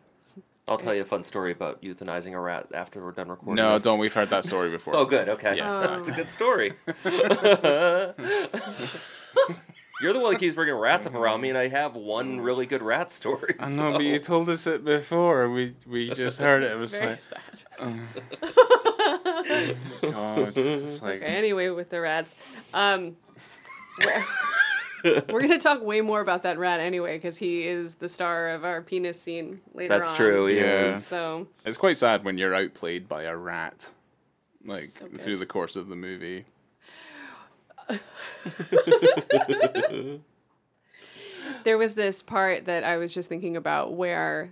C: I'll tell you a fun story about euthanizing a rat after we're done recording.
B: No,
C: this.
B: don't. We've heard that story before.
C: Oh, good. Okay.
B: Yeah.
A: Oh.
C: It's a good story. You're the one that keeps bringing rats up around me, and I have one really good rat story.
B: Mm-hmm. Mm. I
C: so-
B: know, but you told us it before. We we just heard it. It was
A: very
B: like,
A: sad.
B: oh, it's just like,
A: Okay, anyway, with the rats, um, we're, we're gonna talk way more about that rat anyway because he is the star of our penis scene later.
C: That's
A: on.
C: true. He
B: Yeah.
C: is.
A: So
B: it's quite sad when you're outplayed by a rat, like
A: So good.
B: through the course of the movie.
A: there was this part that I was just thinking about where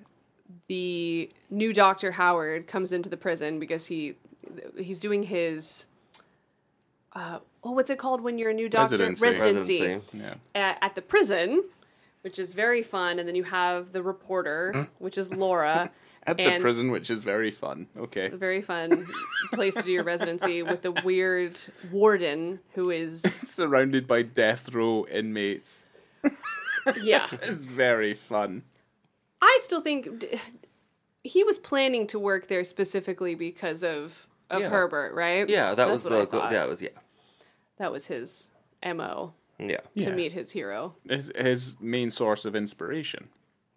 A: the new Doctor Howard comes into the prison because he he's doing his uh, oh what's it called when you're a new doctor
B: Residency.
A: residency.
B: Yeah,
A: at, at the prison, which is very fun, and then you have the reporter, which is Laura.
B: at the
A: and
B: prison, which is very fun. Okay,
A: Very fun place to do your residency with the weird warden who is
B: surrounded by death row inmates.
A: yeah.
B: It's very fun.
A: I still think d- he was planning to work there specifically because of of
C: Yeah.
A: Herbert, right?
C: Yeah, that was
A: That's
C: the.
A: what I thought.
C: that was yeah.
A: That was his mo
C: Yeah.
A: to
B: Yeah.
A: meet his hero.
B: His, his main source of inspiration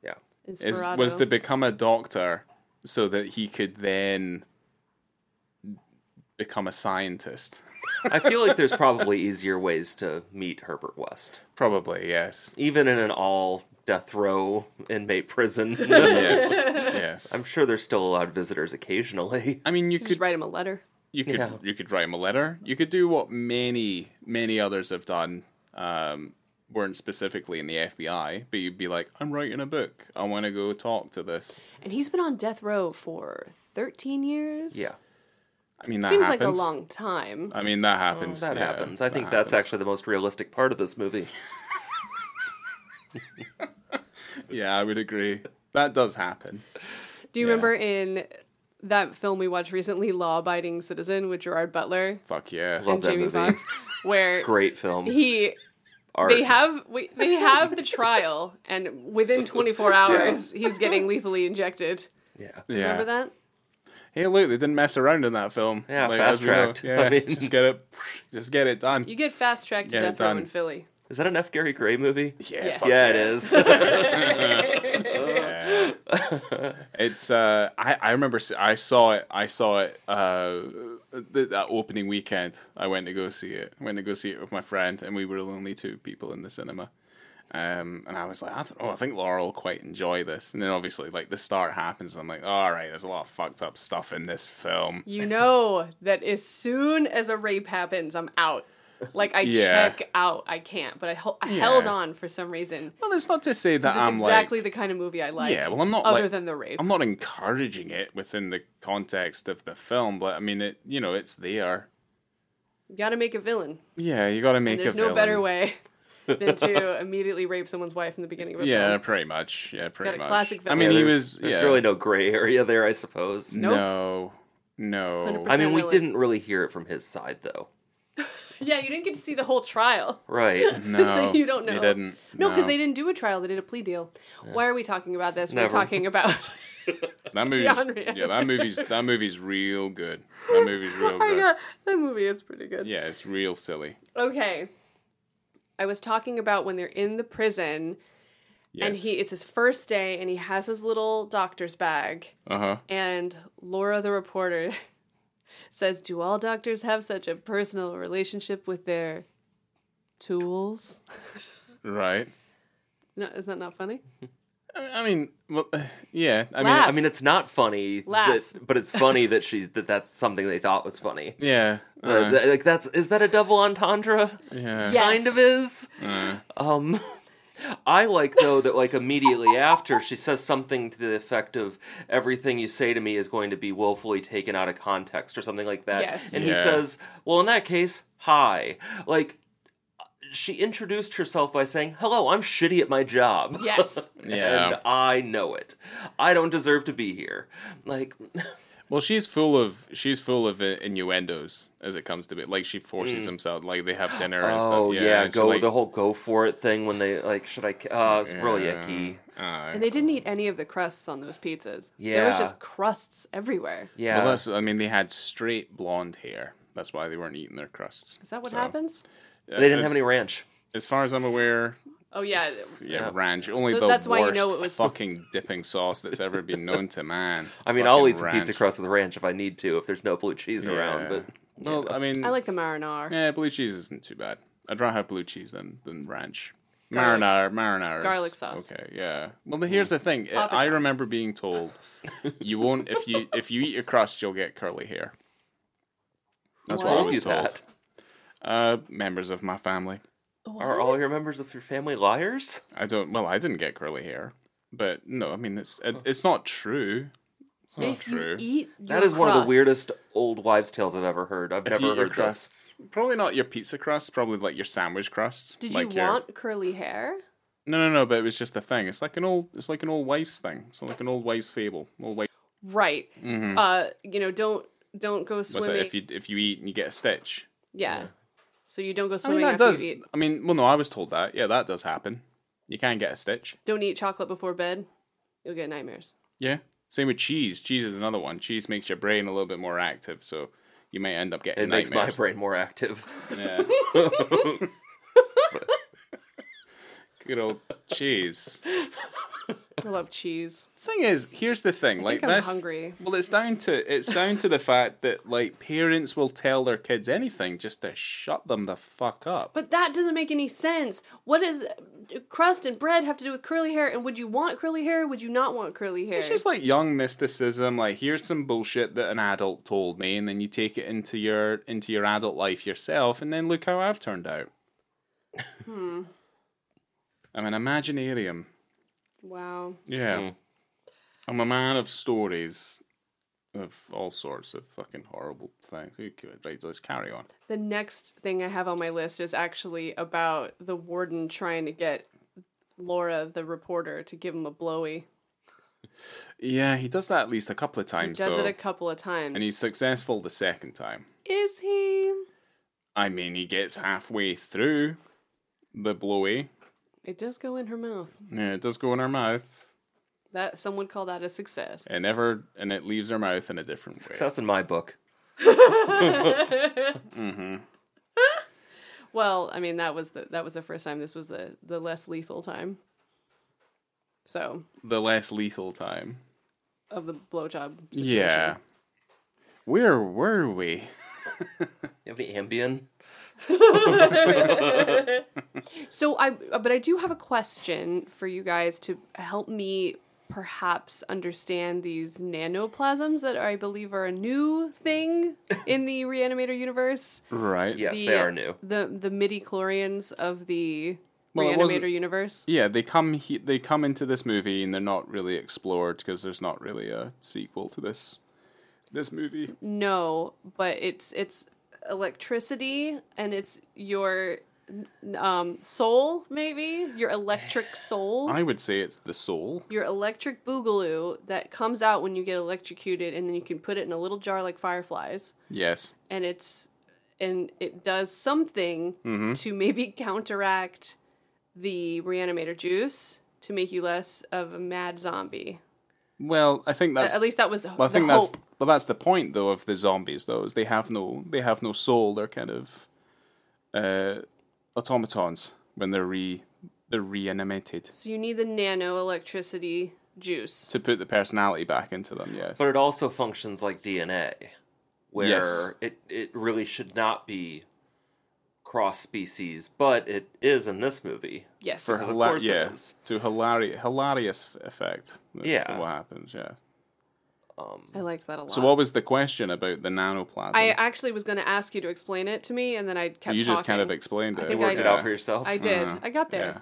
C: Yeah.
B: is
A: Inspirado.
B: was to become a doctor so that he could then become a scientist.
C: I feel like there's probably easier ways to meet Herbert West,
B: Probably yes.
C: even in an all death row inmate prison.
B: Yes. yes.
C: I'm sure there's still allowed visitors occasionally.
B: I mean, you
A: just
B: could
A: write him a letter.
B: you could
C: Yeah.
B: you could write him a letter. You could do what many many others have done. Um, weren't specifically in the FBI, but you'd be like, "I'm writing a book. I want to go talk to this."
A: And he's been on death row for 13 years.
C: Yeah. Uh,
B: I mean, that
A: Seems
B: happens.
A: like a long time.
B: I mean, that happens.
C: Oh, That
B: yeah,
C: happens. I
B: that
C: think that's
B: happens.
C: actually the most realistic part of this movie.
B: Yeah, I would agree. That does happen.
A: Do you
B: Yeah.
A: remember in that film we watched recently, Law Abiding Citizen with Gerard Butler
B: Fuck yeah.
C: Love
A: and
C: that
A: Jamie
C: movie.
A: Foxx, where
C: Great film.
A: he
C: Art.
A: they have we, they have the trial and within 24 hours he's getting lethally injected.
C: yeah.
B: yeah.
A: Remember that?
B: Hey, look, they didn't mess around in that film.
C: Yeah,
B: Like, as
C: fast
B: we know,
C: tracked.
B: Yeah,
C: I mean-
B: just get it, just get it done.
A: You get fast tracked to
B: Get it
A: death row in
B: done.
A: Philly.
C: Is that an F. Gary Gray movie?
B: yeah,
A: Yes.
B: fuck
C: Yeah, it is. yeah,
B: Yeah. it's uh I, I remember s- I saw it I saw it uh th- that opening weekend I went to go see it I went to go see it with my friend and we were the only two people in the cinema um and I was like I don't know I think Laura will quite enjoy this and then obviously like the start happens and I'm like all right there's a lot of fucked up stuff in this film
A: You know that as soon as a rape happens, I'm out. Like I
B: Yeah.
A: check out, I can't. But I, hel- I held
B: Yeah.
A: on for some reason.
B: well it's not to say that
A: It's
B: I'm
A: exactly
B: like
A: the kind of movie I like.
B: yeah well I'm not
A: other
B: like
A: than the rape.
B: I'm not encouraging it within the context of the film but I mean it you know it's there
A: You gotta make a villain.
B: yeah you got to make
A: And there's
B: a
A: no
B: villain.
A: better way than to immediately rape someone's wife in the beginning of a
B: Yeah,
A: film.
B: pretty much. Yeah, pretty
A: a
B: much.
A: classic
B: I mean, he
C: there's-
B: was.
C: There's
B: yeah.
C: really no gray area there, I suppose.
A: Nope.
B: No, no.
A: 100%.
C: I mean, we
A: Willen.
C: didn't really hear it from his side, though.
A: Yeah, you didn't get to see the whole trial.
C: Right.
B: no.
A: So you don't
B: He
A: know.
B: didn't.
A: No, because they didn't do a trial; they did a plea deal. Why are we talking about this?
C: Never.
A: We're talking about
B: That movie,
A: Henry
B: yeah, that movie's that movie's real good. That movie's real
A: I
B: good.
A: know. That movie is pretty good.
B: Yeah, it's real silly.
A: Okay. I was talking about when they're in the prison and
B: Yes.
A: he it's his first day and he has his little doctor's bag
B: Uh huh.
A: and Laura the reporter says, "Do all doctors have such a personal relationship with their tools?"
B: Right.
A: No, is that not funny?
B: I I mean, well, yeah. I mean,
A: Laugh.
C: I mean, it's not funny,
A: Laugh.
C: that- but it's funny that she's that that's something they thought was funny.
B: yeah.
C: Uh,
B: uh,
C: th- like that's is that a double entendre?
B: yeah.
A: Yeah.
C: Kind of is.
B: uh,
C: Um, I like though that like immediately after she says something to the effect of "Everything you say to me is going to be willfully taken out of context" or something like that.
A: Yes.
C: And he
B: Yeah.
C: says, "Well, in that case, hi." Like she introduced herself by saying, "Hello, I'm shitty at my job."
A: Yes.
B: Yeah.
C: and I know it. I don't deserve to be here. Like,
B: Well, she's full of she's full of uh, innuendos as it comes to it. Like she forces himself. Like they have dinner. and stuff.
C: Mm. oh yeah,
B: and she,
C: go
B: like,
C: the whole "go for it" thing when they like, should I? Uh, it's really
B: yeah,
C: icky.
B: uh,
A: And they didn't eat any of the crusts on those pizzas. There was
C: Yeah.
A: just crusts everywhere.
C: Yeah.
B: well, that's. I mean, they had straight blonde hair. That's why they weren't eating their crusts.
A: Is that what
B: So,
A: happens?
B: uh,
C: they
B: as-
C: didn't have any ranch.
B: As far as I'm aware,
A: Oh yeah.
B: yeah,
C: Yeah.
B: ranch. Only
A: So
B: the
A: that's
B: worst
A: why you know it was-
B: fucking dipping sauce that's ever been known to man.
C: I mean,
B: Fucking
C: I'll eat some
B: ranch.
C: pizza crust with ranch if I need to, if there's no blue cheese
B: Yeah.
C: around. But
B: well, I mean,
A: I like the marinara.
B: yeah, blue cheese isn't too bad. I'd rather have blue cheese than than ranch.
A: Garlic-
B: Marinara, marinara, is-
A: garlic sauce.
B: Okay, yeah. Well, here's
C: Mm.
B: the thing. I-
A: Papa
B: I
A: John's.
B: remember being told you won't if you if you eat your crust, you'll get curly hair. That's what,
A: What?
B: I was
C: do
B: told.
C: that.
B: Uh, members of my family.
C: Are all your members of your family liars?
B: I don't. Well, I didn't get curly hair, but no. I mean, it's it, it's not true. It's not
A: if
B: true.
A: you eat
C: That
A: your
C: is one of the
A: crusts-
C: weirdest old wives' tales I've ever heard. I've
B: If you
C: never
B: eat your
C: heard this.
B: crusts, probably not your pizza crust. Probably like your sandwich crusts.
A: Did
B: like
A: you
B: your-
A: want curly hair?
B: No, no, no. But it was just a thing. It's like an old. It's like an old wife's thing. It's like an old wife's fable. Old wife.
A: Right. Uh, you know, don't don't go
B: What's it?
A: swimming.
B: If you if you eat and you get a stitch.
A: yeah. So you don't go
B: I mean
A: swimming
B: that
A: after
B: does.
A: you eat.
B: I mean, well, no, I was told that. Yeah, that does happen. You can get a stitch.
A: Don't eat chocolate before bed. You'll get nightmares.
B: Yeah. Same with cheese. Cheese is another one. Cheese makes your brain a little bit more active, so you may end up getting
C: It makes my
B: nightmares.
C: brain more active.
B: Yeah. Good old cheese.
A: I love cheese.
B: Thing is, here's the thing. like
A: I'm
B: that's
A: hungry.
B: Well, it's down to it's down to the fact that like parents will tell their kids anything just to shut them the fuck up.
A: But that doesn't make any sense. What does crust and bread have to do with curly hair? And would you want curly hair? Would you not want curly hair?
B: It's just like young mysticism. Like here's some bullshit that an adult told me, and then you take it into your into your adult life yourself, and then look how I've turned out.
A: Hmm.
B: I'm an imaginarium.
A: wow.
B: Yeah,
C: Mm.
B: I'm a man of stories of all sorts of fucking horrible things. Who could- Right, let's carry on.
A: The next thing I have on my list is actually about the warden trying to get Laura, the reporter, to give him a blowy.
B: Yeah, he does that at least a couple of times
A: Does
B: though,
A: it a couple of times.
B: and he's successful the second time.
A: Is he?
B: I mean, he gets halfway through the blowy.
A: It does go in her mouth.
B: Yeah, it does go in her mouth.
A: That some would call that a success.
B: and ever and it leaves her mouth in a different way.
C: Success in my book.
A: Well, I mean that was the that was the first time. This was the the less lethal time. So
B: The less lethal time.
A: of the blowjob. Situation.
B: Yeah. Where were we?
C: You have any Ambien?
A: So I but I do have a question for you guys to help me perhaps understand these nanoplasms that I believe are a new thing in the reanimator universe.
B: Right.
C: Yes,
A: The-
C: they are new.
A: The the midi chlorians of the
B: Well, it wasn't-
A: reanimator universe.
B: Yeah, they come he, they come into this movie and they're not really explored because there's not really a sequel to this this movie.
A: No, but it's it's electricity and it's your n- um soul maybe, your electric soul.
B: I would say it's the soul.
A: your electric boogaloo that comes out when you get electrocuted and then you can put it in a little jar like fireflies
B: Yes.
A: and it's and it does something
B: Mm-hmm.
A: to maybe counteract the reanimator juice to make you less of a mad zombie
B: Well, I think that's
A: At least that was
B: Well, I
A: the
B: think
A: hope.
B: that's well, that's the point though of the zombies though is they have no they have no soul. They're kind of uh, automatons when they're re they're reanimated
A: So you need the nano electricity juice.
B: to put the personality back into them. Yes,
C: But it also functions like DNA, where
B: Yes.
C: it, it really should not be cross species, but it is in this movie.
A: Yes.
C: For-
B: Hila-
C: of course it
B: yeah,
C: is.
B: to hilarious hilarious f- effect. That's
C: Yeah.
B: what happens? Yeah.
C: Um,
A: I liked that a lot.
B: So what was the question about the nanoplasm?
A: I actually was going to ask you to explain it to me, and then I kept.
B: you just kind of
A: talking.
B: explained
A: I
B: it.
A: think
C: worked
A: I-
C: it out for yourself. Hmm.
A: I did. I got there.
B: Yeah.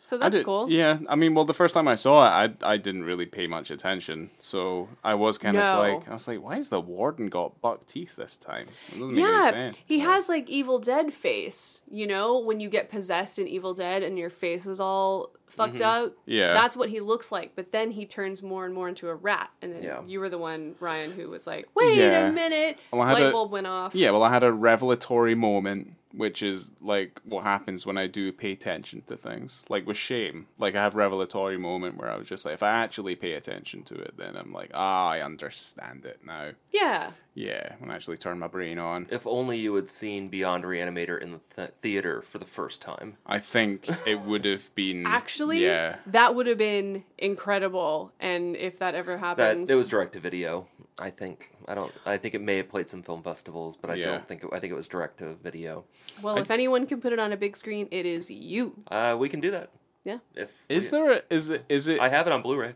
A: So
B: I
A: that's
B: did-
A: cool.
B: Yeah, I mean, well, the first time I saw it, I I didn't really pay much attention, so I was kind
A: No.
B: of like, I was like, why has the warden got buck teeth this time? It doesn't make any
A: Yeah,
B: sense.
A: he has like Evil Dead face. You know, when you get possessed in Evil Dead and your face is all fucked up.
B: Yeah.
A: That's what he looks like, but then he turns more and more into a rat. And then
C: Yeah.
A: you were the one, Ryan, who was like, "Wait
B: Yeah.
A: a minute!"
B: Well, I had
A: Light
B: a-
A: bulb went off.
B: Yeah, well, I had a revelatory moment, which is like what happens when I do pay attention to things, like with shame. Like I have revelatory moment where I was just like, if I actually pay attention to it, then I'm like, ah, I understand it now.
A: yeah.
B: Yeah, when I actually turn my brain on,
C: If only you had seen Beyond Reanimator in the th- theater for the first time.
B: I think it would have been
A: Actually,
B: yeah.
A: that would have been incredible. And if that ever
C: That
A: happens,
C: it was direct to video. I think I don't. I think it may have played some film festivals, but I
B: Yeah.
C: don't think. It, I think it was direct to video.
A: well, if anyone can put it on a big screen, it is you.
C: Uh, we can do that.
A: Yeah.
C: If
B: Is
C: we-
B: there a is it is it
C: I have it on Blu-ray.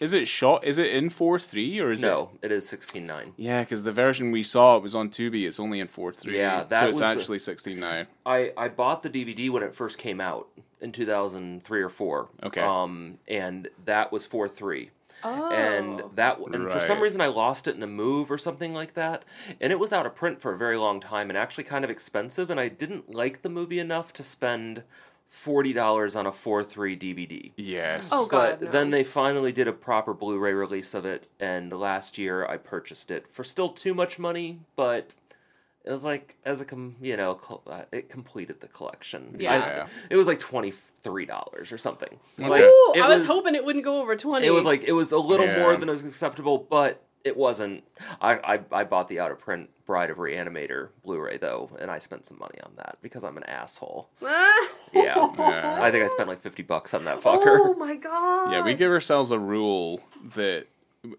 B: Is it shot? Is it in four three or is it?
C: No, it is sixteen nine.
B: Yeah, because the version we saw it was on Tubi. It's only in four three.
C: Yeah, that
B: so it's
C: was the-
B: actually sixteen now.
C: I, I bought the DVD when it first came out in 2003 or 4.
B: Okay.
C: Um, and that was 4 3.
A: Oh.
C: And that and for some
B: Right.
C: reason I lost it in a move or something like that. And it was out of print for a very long time and actually kind of expensive and I didn't like the movie enough to spend $40 on a 4 3 DVD.
B: Yes.
A: Oh, God.
C: But
A: no.
C: then they finally did a proper Blu-ray release of it, and last year I purchased it for still too much money, but it was like as a com- you know col- uh, it completed the collection. I-
A: Yeah.
C: it was like twenty three dollars or something.
B: Okay.
C: Like,
A: Ooh,
C: it
A: Oh. I was, hoping it wouldn't go over twenty.
C: it was like it was a little
B: Yeah.
C: more than is acceptable, but it wasn't. I, I I bought the out of print Bride of Reanimator Blu-ray though, and I spent some money on that because I'm an asshole.
A: Ah!
C: Yeah.
B: Yeah.
C: I think I spent like fifty bucks on that fucker.
A: Oh my god.
B: Yeah, we give ourselves a rule that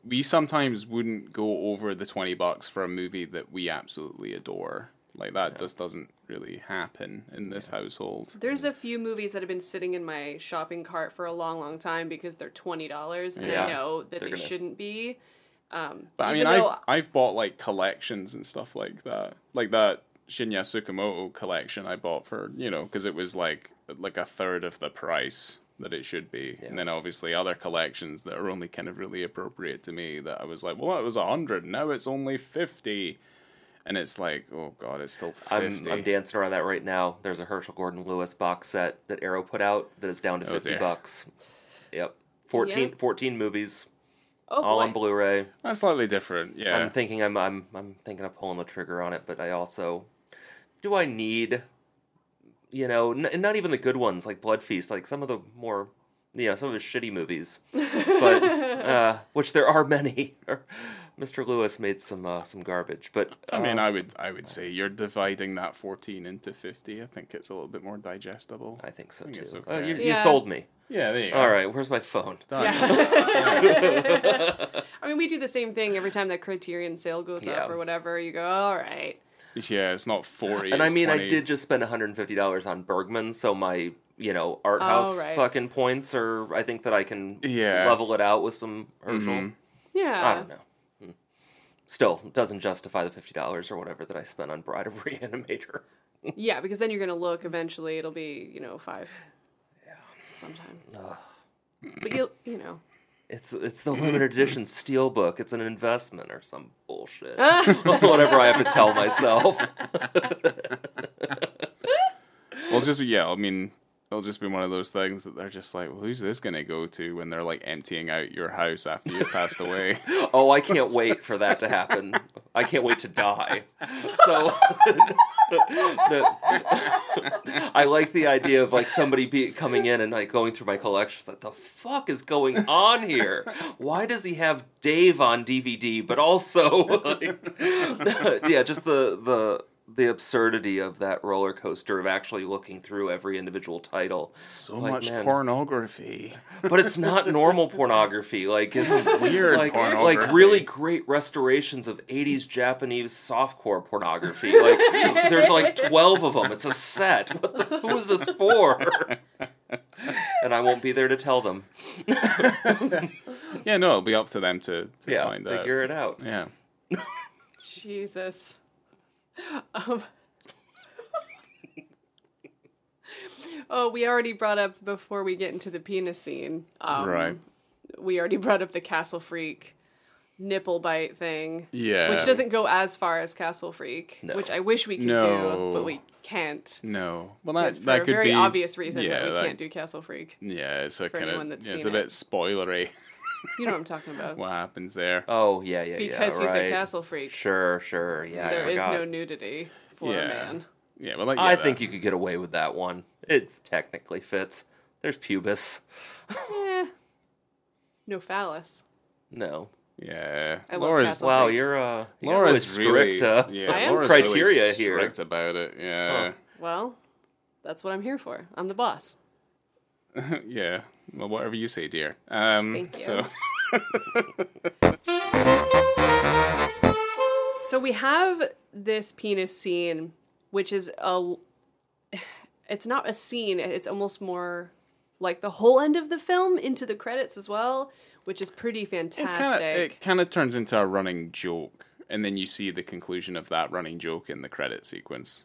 B: we sometimes wouldn't go over the twenty bucks for a movie that we absolutely adore. Like that just doesn't really happen in this household.
A: There's a few movies that have been sitting in my shopping cart for a long, long time because they're twenty dollars, and
C: Yeah.
A: I know that
C: They're
A: they
C: gonna-
A: shouldn't be. Um,
B: But I mean,
A: even
B: I've
A: though-
B: I've bought like collections and stuff like that, like that Shinya Tsukamoto collection I bought for you know because it was like like a third of the price that it should be, and then obviously other collections that are only kind of really appropriate to me that I was like, well, it was a hundred, now it's only fifty, and it's like, oh god, it's still 50
C: I'm, I'm dancing around that right now. There's a Herschel Gordon Lewis box set that Arrow put out that is down to
B: Oh,
C: 50
B: dear.
C: bucks. Yep. 14,
A: Yeah.
C: 14 movies,
A: oh
C: all
A: boy.
C: on Blu-ray.
B: That's slightly different, yeah.
C: I'm thinking I'm, I'm I'm thinking of pulling the trigger on it, but I also do I need you know, n- and not even the good ones like Blood Feast, like some of the more you know, some of his shitty movies. But uh which there are many. Mr. Lewis made some uh, some garbage, but
B: I
C: uh,
B: mean, I would I would say you're dividing that fourteen into fifty. I think it's a little bit more digestible.
C: I think so
B: think
C: too.
B: it's
C: Oh,
B: okay.
C: you, you
A: Yeah.
C: sold me.
B: Yeah, there you
C: All right, where's my phone?
B: Done.
A: Yeah. I mean, we do the same thing every time that Criterion sale goes
C: Yeah.
A: up or whatever. You go, all right.
B: Yeah, it's not forty.
C: and I
B: it's
C: mean,
B: 20.
C: I did just spend $150 on Bergman, so my, you know, art house
A: Oh, right.
C: fucking points are, I think that I can
B: Yeah. Mm-hmm.
C: level it out with some Herschel. I
A: Yeah.
C: don't know. Mm. Still, it doesn't justify the $50 or whatever that I spent on Bride of Reanimator.
A: Yeah, because then you're gonna look eventually. It'll be you know five. Yeah. Sometime. But you you know.
C: It's it's the limited edition steelbook. It's an investment or some bullshit. whatever I have to tell myself.
B: Well, just be- yeah. I mean, it'll just be one of those things that they're just like, well, who's this gonna go to when they're like emptying out your house after you've passed away?
C: Oh, I can't wait for that to happen. I can't wait to die. So The- I like the idea of like somebody be, coming in and like going through my collections. Like, the fuck is going on here? Why does he have Dave on DVD, but also like, yeah, just the the the absurdity of that roller coaster of actually looking through every individual title.
B: So
C: Like,
B: much
C: man.
B: pornography.
C: But it's not normal pornography. Like it's
B: Weird
C: like,
B: pornography.
C: like really great restorations of 80s Japanese softcore pornography. Like there's like 12 of them. It's a set. What the, who is this for? And I won't be there to tell them.
B: Yeah, no, it'll be up to them to, to
C: Yeah,
B: find out.
C: figure it out.
B: Yeah.
A: Jesus. Um, oh, we already brought up before we get into the penis scene. Um,
B: right.
A: We already brought up the Castle Freak nipple bite thing,
B: Yeah.
A: which doesn't go as far as Castle Freak,
C: No.
A: which I wish we could
B: No.
A: do, but we can't.
B: No. Well,
A: That's
B: that
A: for
B: that
A: a
B: could
A: very
B: be
A: obvious reason that
B: yeah,
A: we can't do Castle Freak.
B: Yeah, it's a kind
A: anyone
B: of
A: that's
B: yeah, it's a
A: seen
B: bit
A: it.
B: spoilery.
A: You know what I'm talking about.
B: what happens there?
C: Oh, yeah, yeah, yeah.
A: because he's
C: right.
A: a Castle Freak,
C: Sure, sure. Yeah,
A: there
C: I
A: is
C: forgot.
A: no nudity for
B: Yeah.
A: a man.
B: Yeah, well, like,
C: I
B: yeah,
C: think
B: that-
C: you could get away with that one. It technically fits. There's pubis.
A: Eh. No phallus.
C: No.
B: Yeah,
A: I love
B: Laura's
A: Castle
C: Wow,
A: Freak.
C: you're uh you got
B: Laura's
C: really strict
B: really
C: uh,
B: yeah,
A: I am
B: Laura's really
C: criteria here.
B: strict about it. Yeah,
A: Well, that's what I'm here for. I'm the boss.
B: yeah. Well, whatever you say, dear. Um,
A: Thank you.
B: So
A: So we have this penis scene, which is a. It's not a scene. It's almost more like the whole end of the film into the credits as well, which is pretty
B: it's
A: fantastic.
B: kind of it kind of turns into a running joke, and then you see the conclusion of that running joke in the credit sequence.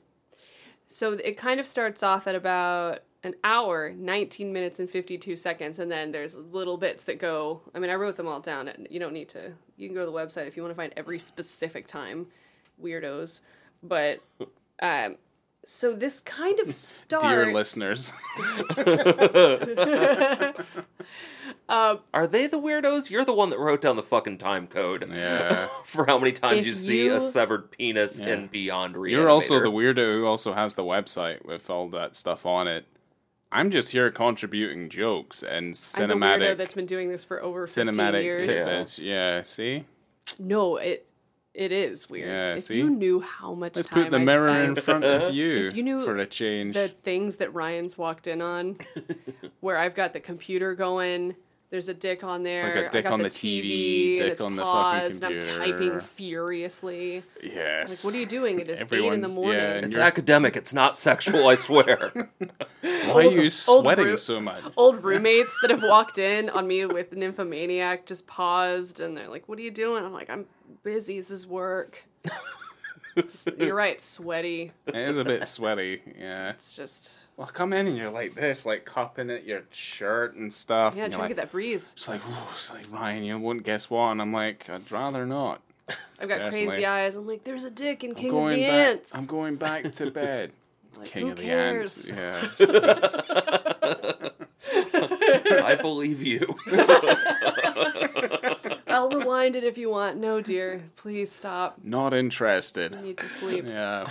A: So it kind of starts off at about an hour, 19 minutes and 52 seconds, and then there's little bits that go. I mean, I wrote them all down, and you don't need to. You can go to the website if you want to find every specific time, weirdos. But um, so this kind of starts.
B: Dear listeners,
C: Are they the weirdos? You're the one that wrote down the fucking time code
B: yeah,
C: for how many times
A: If
C: you see a
A: you-
C: severed penis
B: Yeah.
C: in Beyond Reanimator.
B: you're also the weirdo who also has the website with all that stuff on it. I'm just here contributing jokes and
A: I'm the weirdo
B: cinematic
A: that's been doing this for over 15
B: cinematic
A: years.
B: tidbits. Yeah, see,
A: No, it it is weird.
B: Yeah,
A: if
B: see?
A: you knew how much
B: let's
A: time
B: put the
A: I
B: mirror
A: spent
B: in front of you,
A: If you knew
B: for a change.
A: the things that Ryan's walked in on, where I've got the computer going. There's a dick on there.
B: like a
A: I
B: dick
A: got
B: on
A: the
B: the TV,
A: and
B: dick
A: it's
B: on the fucking
A: paused, And I'm typing
B: computer.
A: furiously. Like,
B: yes.
A: what are you doing? It is eight in the
B: Everyone's-
A: morning.
B: yeah, and
C: It's
B: you're-
C: academic. It's not sexual. I swear.
B: Why are you
A: old
B: sweating
A: root-
B: so much?
A: Old roommates that have walked in on me with nymphomaniac just paused and they're like, "What are you doing?" I'm like, "I'm busy. This is work." S- You're right, sweaty.
B: It is a bit sweaty. Yeah.
A: It's just
B: Well, come in and you're like this, like cupping at your shirt and stuff.
A: yeah,
B: and
A: trying
B: you're
A: to get
B: like,
A: that breeze.
B: It's like, "Ooh," it's like Ryan, you wouldn't guess what, and I'm like, I'd rather not.
A: I've got
B: definitely.
A: crazy eyes. I'm like, "There's a dick in King of
B: going
A: the
B: back.
A: Ants."
B: I'm going back to bed. King
A: who
B: of the
A: cares?
B: Ants. Yeah.
C: I believe you.
A: I'll rewind it if you want. No, dear, please stop.
B: not interested.
A: I need to sleep.
B: Yeah.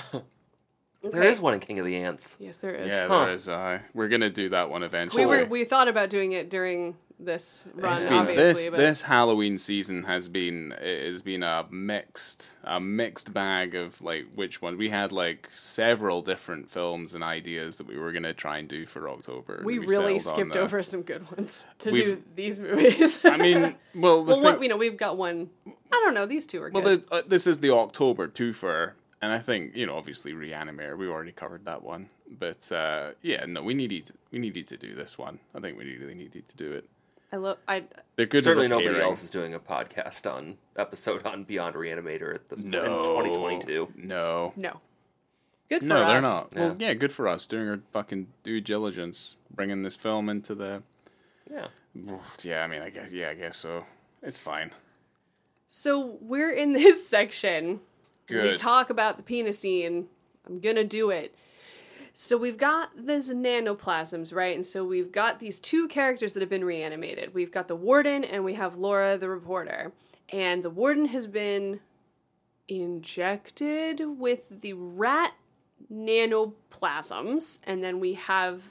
C: There is one in King of the Ants.
A: Yes, there is.
B: Yeah,
C: Huh.
B: there is. Uh, we're gonna do that one eventually.
A: We were we thought about doing it during this run,
B: It's been-
A: obviously,
B: this
A: but
B: this Halloween season has been it has been a mixed a mixed bag of like which one we had like several different films and ideas that we were gonna try and do for October. and
A: we really
B: settled on
A: skipped
B: the-
A: over some good ones to
B: We've-
A: do these movies.
B: I mean, well, the
A: well,
B: thing,
A: what, you know, we've got one. I don't know. These two are
B: well,
A: good.
B: there's- uh, this is the October twofer, and I think you know obviously Reanimator. We already covered that one, but uh, yeah, no, we needed we needed to do this one. I think we really needed to do it.
A: I love. I
B: They're good. as a
C: Certainly, nobody
B: pairing.
C: else is doing a podcast on episode on Beyond Reanimator at this
B: No,
C: point in 2022.
B: No,
A: no. Good for
B: No,
A: us.
B: they're not.
C: Yeah.
B: Well, yeah, good for us doing our fucking due diligence, bringing this film into the.
C: Yeah.
B: Yeah, I mean, I guess. Yeah, I guess so. It's fine.
A: So we're in this section. We
B: Good.
A: talk about the penis scene. I'm gonna do it. So we've got these nanoplasms, right? And so we've got these two characters that have been reanimated. We've got the warden and we have Laura the reporter. And the warden has been injected with the rat nanoplasms, and then we have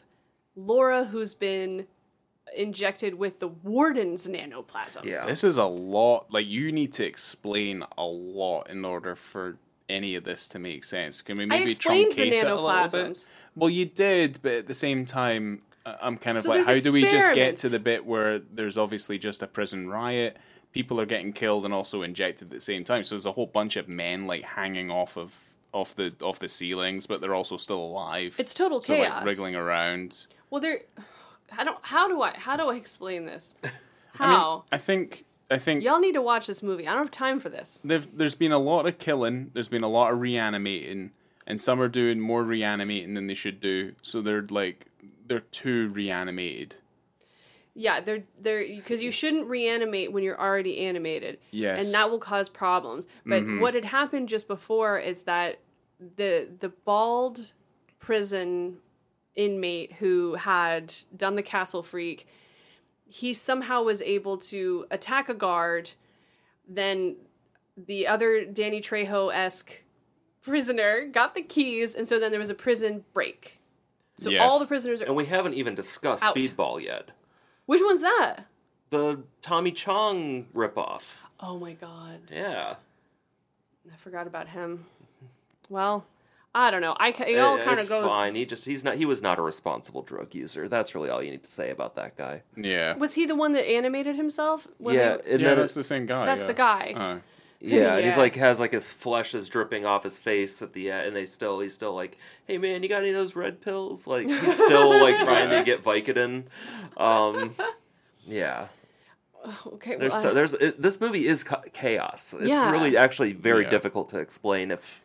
A: Laura who's been injected with the warden's nanoplasms.
C: Yeah.
B: This is a lot. Like you need to explain a lot in order for any of this to make sense. Can we maybe
A: explained the
B: truncate it a little
A: nanoplasms.
B: bit? Well, you did, but at the same time, I- I'm kind of
A: So
B: like,
A: there's
B: how do we just get
A: experiments.
B: to the bit where there's obviously just a prison riot? People are getting killed and also injected at the same time. So there's a whole bunch of men like hanging off of off the off the ceilings, but they're also still alive.
A: It's total
B: so, like,
A: chaos.
B: wriggling around.
A: Well, there. I don't. How do I? How do I explain this? How?
B: I mean, I think I think
A: Y'all need to watch this movie. I don't have time for this.
B: there there's been a lot of killing, there's been a lot of reanimating, and some are doing more reanimating than they should do. So they're like they're too reanimated.
A: Yeah, they're they're because you shouldn't reanimate when you're already animated.
B: Yes. Mm-hmm.
A: And that will cause problems. But what had happened just before is that the the bald prison inmate who had done the castle freak, he somehow was able to attack a guard, then the other Danny Trejo esque prisoner got the keys, and so then there was a prison break. So
B: Yes.
A: all the prisoners are
C: And we haven't even discussed
A: Out.
C: Speedball yet.
A: Which one's that?
C: The Tommy Chong ripoff.
A: Oh my god.
C: Yeah.
A: I forgot about him. Well, I don't know. I ca- it all
C: It- uh,
A: kind
C: it's
A: of goes
C: fine. He just he's not he was not a responsible drug user. That's really all you need to say about that guy.
B: Yeah.
A: Was he the one that animated himself? When
C: yeah, uh,
A: they-
C: and
B: yeah,
C: then
B: that's the same guy.
A: that's
B: yeah.
A: the guy.
B: Oh.
C: yeah, and he's
A: Yeah.
C: like has like his flesh is dripping off his face at the end, and they still he's still like, hey man, you got any of those red pills? Like he's still like trying to get Vicodin. Um, yeah,
A: okay.
C: there's
A: Well,
C: so,
A: I-
C: there's it, this movie is ca- chaos. It's
A: Yeah.
C: really actually very
B: Yeah.
C: difficult to explain if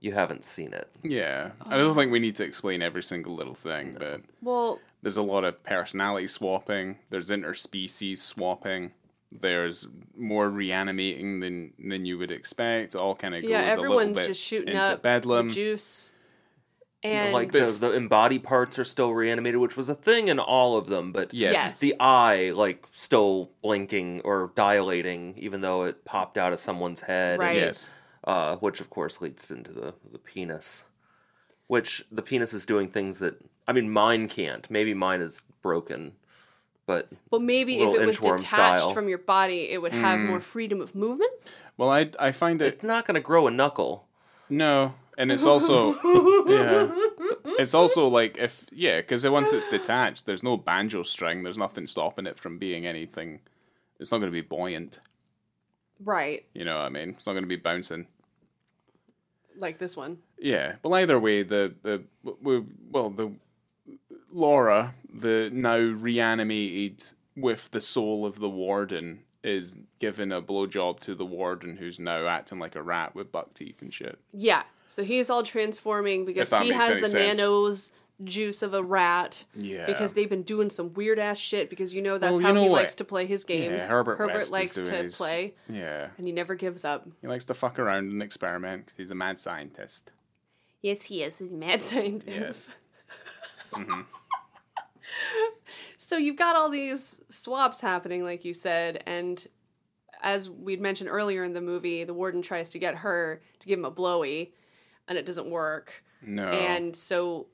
C: you haven't seen it.
B: Yeah. I don't think we need to explain every single little thing, but
A: well,
B: there's a lot of personality swapping, there's interspecies swapping. There's more reanimating than than you would expect. All kind of goes
A: yeah.
B: a little
A: Everyone's
B: bit
A: just shooting
B: into
A: up
B: bedlam.
A: with juice, and
C: like the, the embodied parts are still reanimated, which was a thing in all of them, but
B: Yes.
A: Yes.
C: the eye like still blinking or dilating, even though it popped out of someone's head,
A: Right.
B: Yes.
C: uh, which of course leads into the the penis, which the penis is doing things that I mean mine can't. Maybe mine is broken, but
A: well, maybe if
C: little
A: it was
C: inchworm
A: detached
C: style.
A: from your body, it would have
B: Mm.
A: more freedom of movement.
B: Well, I I find it
C: it's not going to grow a knuckle.
B: No, and it's also yeah, it's also like if yeah, because once it's detached, there's no banjo string, there's nothing stopping it from being anything. It's not going to be buoyant,
A: Right,
B: you know what I mean? It's not going to be bouncing.
A: like this one.
B: Yeah, well, either way, the the we, well the Laura, the now reanimated with the soul of the warden, is giving a blowjob to the warden who's now acting like a rat with buck teeth and shit.
A: Yeah. So he's all transforming because
B: that
A: he
B: makes
A: has
B: any
A: the
B: sense.
A: nanos juice of a rat.
B: Yeah.
A: Because they've been doing some weird ass shit because you know that's
B: Well, you
A: how
B: know
A: he
B: what?
A: likes to play his games.
B: Yeah, Herbert West is
A: likes
B: doing
A: to
B: his-
A: play
B: Yeah.
A: and he never gives up.
B: He likes to fuck around and experiment 'cause he's a mad scientist.
A: Yes, he is. He's mad scientist.
B: Yes.
A: So you've got all these swaps happening, like you said, and as we'd mentioned earlier in the movie, the warden tries to get her to give him a blowy, and it doesn't work.
B: No.
A: And so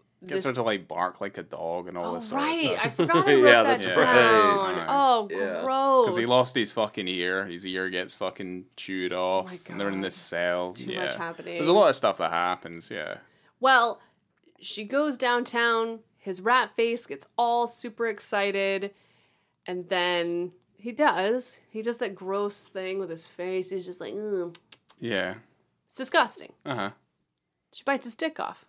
A: this
B: gets her to like bark like a dog and
A: oh,
B: all this sort of
A: right,
B: stuff.
A: I forgot I wrote
C: Yeah,
A: that
B: that's right.
A: down.
B: Yeah.
A: Oh,
C: Yeah.
A: gross!
B: Because he lost his fucking ear. His ear gets fucking chewed off.
A: Oh my
B: and they're in
A: God.
B: this cell.
A: It's too
B: yeah.
A: much happening.
B: There's a lot of stuff that happens, yeah.
A: Well, she goes downtown. His rat face gets all super excited, and then he does. He does that gross thing with his face. He's just like, "Ugh."
B: Yeah.
A: it's disgusting.
B: Uh huh.
A: She bites his dick off.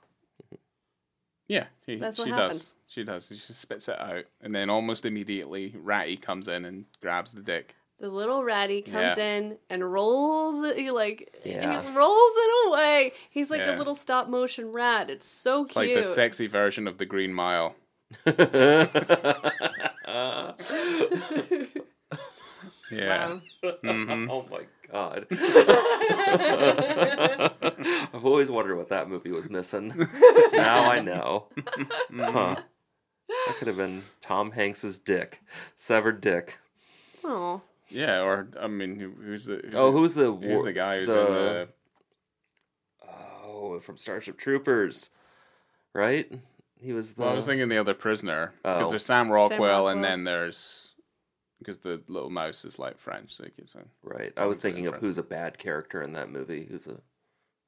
B: Yeah. She,
A: That's
B: she
A: what
B: does.
A: happens.
B: She does. She spits it out. And then almost immediately, Ratty comes in and grabs the dick.
A: The little ratty comes
B: Yeah.
A: in and rolls it. He like
C: Yeah.
A: he rolls it away. He's like a
B: Yeah.
A: little stop motion rat. It's so
B: It's
A: cute.
B: like the sexy version of the Green Mile.
A: Mm-hmm.
B: Yeah.
A: Wow.
C: Oh my god. I've always wondered what that movie was missing. now I know. Huh. That could have been Tom Hanks's dick. Severed dick.
A: Aw.
B: Yeah, or, I mean, who, who's the. Who's
C: Oh,
B: the,
C: who's the
B: Who's
C: war-
B: the guy who's in the.
C: Oh, Namu from Starship Troopers, right? He was the.
B: Well, I was thinking the other prisoner because
C: Oh.
B: there's Sam Rockwell,
A: Rockwell.
B: and then there's because the little mouse is like French, so it keeps on.
C: right. I
B: Sounds
C: was
B: like
C: thinking of
B: Fred.
C: who's a bad character in that movie. Who's a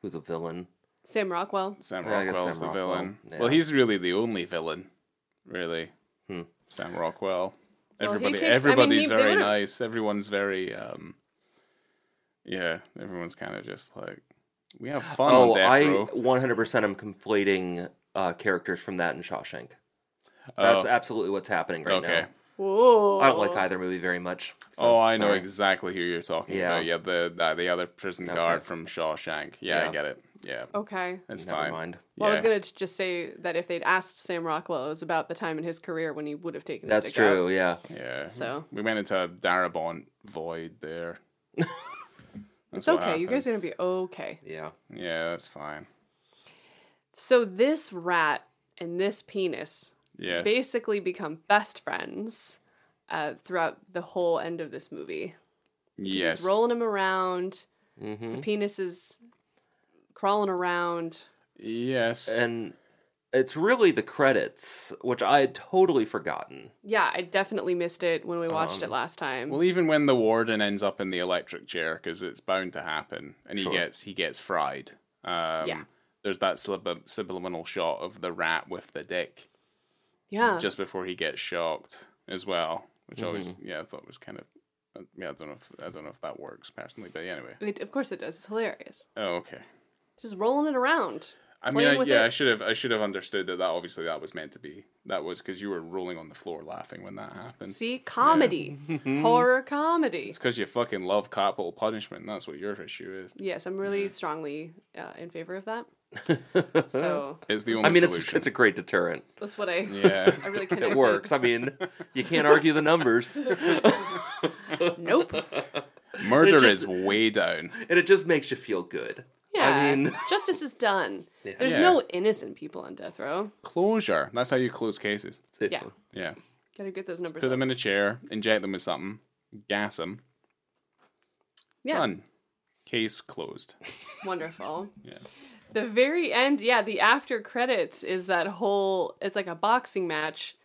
C: who's a villain?
A: Sam Rockwell.
B: Sam
C: Yeah, I guess
B: Rockwell's
C: Sam
B: the
C: Rockwell,
B: villain.
C: yeah.
B: Well, he's really the only villain, really.
C: Hmm.
B: Sam Rockwell.
A: Well, he
B: Everybody,
A: takes- I mean,
B: everybody's
A: he- they
B: very
A: would've-
B: nice. Everyone's very, um, yeah. Everyone's kind of just like we have fun on
C: oh,
B: death
C: I
B: row.
C: 100% am conflating uh, characters from that and Shawshank.
B: Oh,
C: That's absolutely what's happening right
B: okay.
A: Whoa.
C: now. I don't like either movie very much. so,
B: oh, I know
C: sorry.
B: exactly who you're talking
C: Yeah.
B: about. Yeah, the uh, the other prison
C: Okay.
B: guard from Shawshank. Yeah, I
C: Yeah.
B: get it. Yeah,
A: Okay.
B: it's
C: Never
B: fine.
C: mind.
A: Well, I
B: Yeah.
A: Oh, was going to just say that if they'd asked Sam Rockwell, it was about the time in his career when he would have taken
C: That's
A: the stick out.
C: true. Yeah.
B: Yeah.
A: So-
B: we went into a Darabont void there.
A: It's okay. You guys are going to be okay.
C: Yeah.
B: be. Yeah, that's fine.
A: So this rat and this penis
B: Yes.
A: basically become best friends uh, throughout the whole end of this movie.
B: yes.
A: He's rolling him around.
C: hmm
A: The penis is crawling around.
B: Yes.
C: And it's really the credits, which I had totally forgotten.
A: Yeah, I definitely missed it when we watched it
C: Um,
A: last time.
B: Oh, well, even when the warden ends up in the electric chair, because it's bound to happen, and he
C: Sure.
B: gets he gets fried. Um,
A: Yeah.
B: There's that sub- subliminal shot of the rat with the dick
A: yeah.
B: just before he gets shocked as well, which always yeah I thought was kind of uh, yeah I don't know if I don't know if that works personally, but anyway.
A: It, of course it does. It's hilarious.
B: Oh okay.
A: Just rolling it around.
B: I mean,
A: playing
B: I,
A: with
B: yeah,
A: it.
B: I should have, I should have understood that. That obviously that was meant to be. That was because you were rolling on the floor laughing when that happened.
A: See, comedy, horror comedy.
B: It's because you fucking love capital punishment. and That's what your issue is.
A: Yes, I'm really strongly uh, in favor of that. so
B: It's the only.
C: I mean, it's
B: solution.
C: it's a great deterrent.
A: that's what I.
B: yeah.
A: I really connected.
C: It works. I mean, you can't argue the numbers,
A: Nope.
B: Murder
C: It just-
B: is way down.
C: and it just makes you feel good.
A: Yeah.
C: mean-
A: justice is done. There's
B: Yeah.
A: no innocent people on death row.
B: Closure. That's how you close cases.
A: Yeah.
B: Yeah.
A: Gotta get those numbers.
B: Put them
A: up.
B: in a chair, inject them with something, gas them.
A: Yeah.
B: Done. Case closed.
A: Wonderful.
B: Yeah.
A: The very end, yeah, the after credits is that whole it's like a boxing match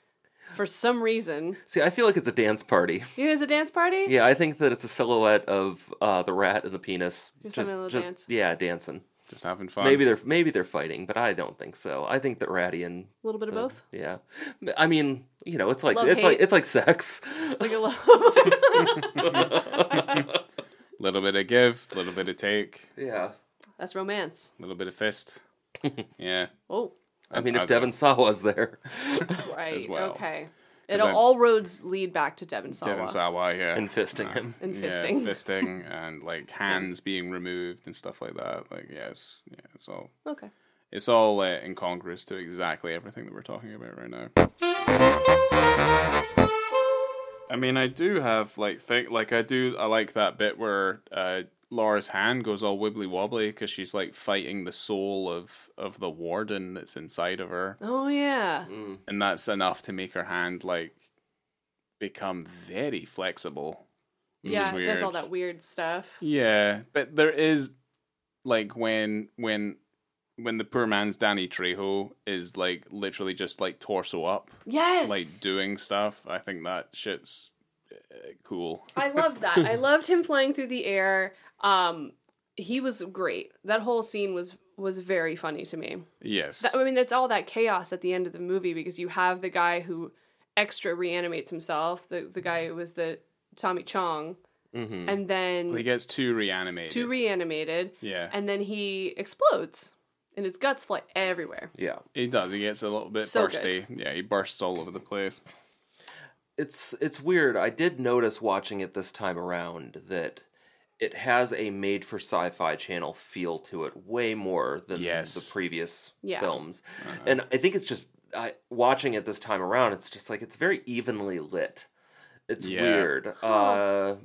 A: for some reason.
C: See, I feel like it's a dance party.
A: You guys a dance party?
C: Yeah, I think that it's a silhouette of uh, the rat and the penis.
A: Just
C: Just,
A: having a little
C: just-
A: dance.
C: yeah, dancing.
B: Just having fun.
C: Maybe they're maybe they're fighting, but I don't think so. I think that Ratty and
A: A little bit of both.
C: yeah, I mean, you know, it's like
A: Love,
C: it's like
A: hate.
C: it's like sex.
A: Like a little
B: little bit of give, little bit of take,
C: Yeah,
A: That's romance.
B: little bit of fist. yeah.
A: Oh,
C: I mean,
B: I
C: if
B: don't-
C: Devon Sawa's there,
A: right.
B: well.
A: Okay.
B: 'Cause
A: It'll
B: I'm-
A: all roads lead back to Devon Sawa.
B: Devin Sawa, yeah.
C: and fisting him.
A: and
B: Yeah,
A: fisting.
B: fisting and like hands being removed and stuff like that. Like, yes, yeah, it's all
A: Okay.
B: it's all uh, incongruous to exactly everything that we're talking about right now. I mean, I do have like think like I do. I like that bit where uh, Laura's hand goes all wibbly wobbly because she's like fighting the soul of of the warden that's inside of her,
A: Oh yeah.
C: Mm.
B: and that's enough to make her hand like become very flexible. which is
A: Yeah, it does all
B: weird.
A: that weird stuff.
B: Yeah, but there is like when when when the poor man's Danny Trejo is like literally just like torso up,
A: Yes.
B: like doing stuff. I think that shit's uh, cool.
A: I loved that. I loved him flying through the air. Um he was great. That whole scene was was very funny to me.
B: Yes.
A: That, I mean, it's all that chaos at the end of the movie because you have the guy who extra reanimates himself, the the guy who was the Tommy Chong,
C: hmm
A: and then
B: Mm-hmm. Well, he gets two reanimated.
A: two reanimated,
B: yeah,
A: and then he explodes, and his guts fly everywhere.
C: Yeah,
B: he does. He gets a little bit
A: So
B: bursty. Yeah, he bursts all over the place.
C: it's it's weird. I did notice watching it this time around that it has a made for sci-fi channel feel to it way more than
B: Yes. Uh-huh.
C: the previous
A: Yeah.
C: films. And I think it's just I watching it this time around it's just like it's very evenly lit. It's
B: Yeah.
C: weird. Uh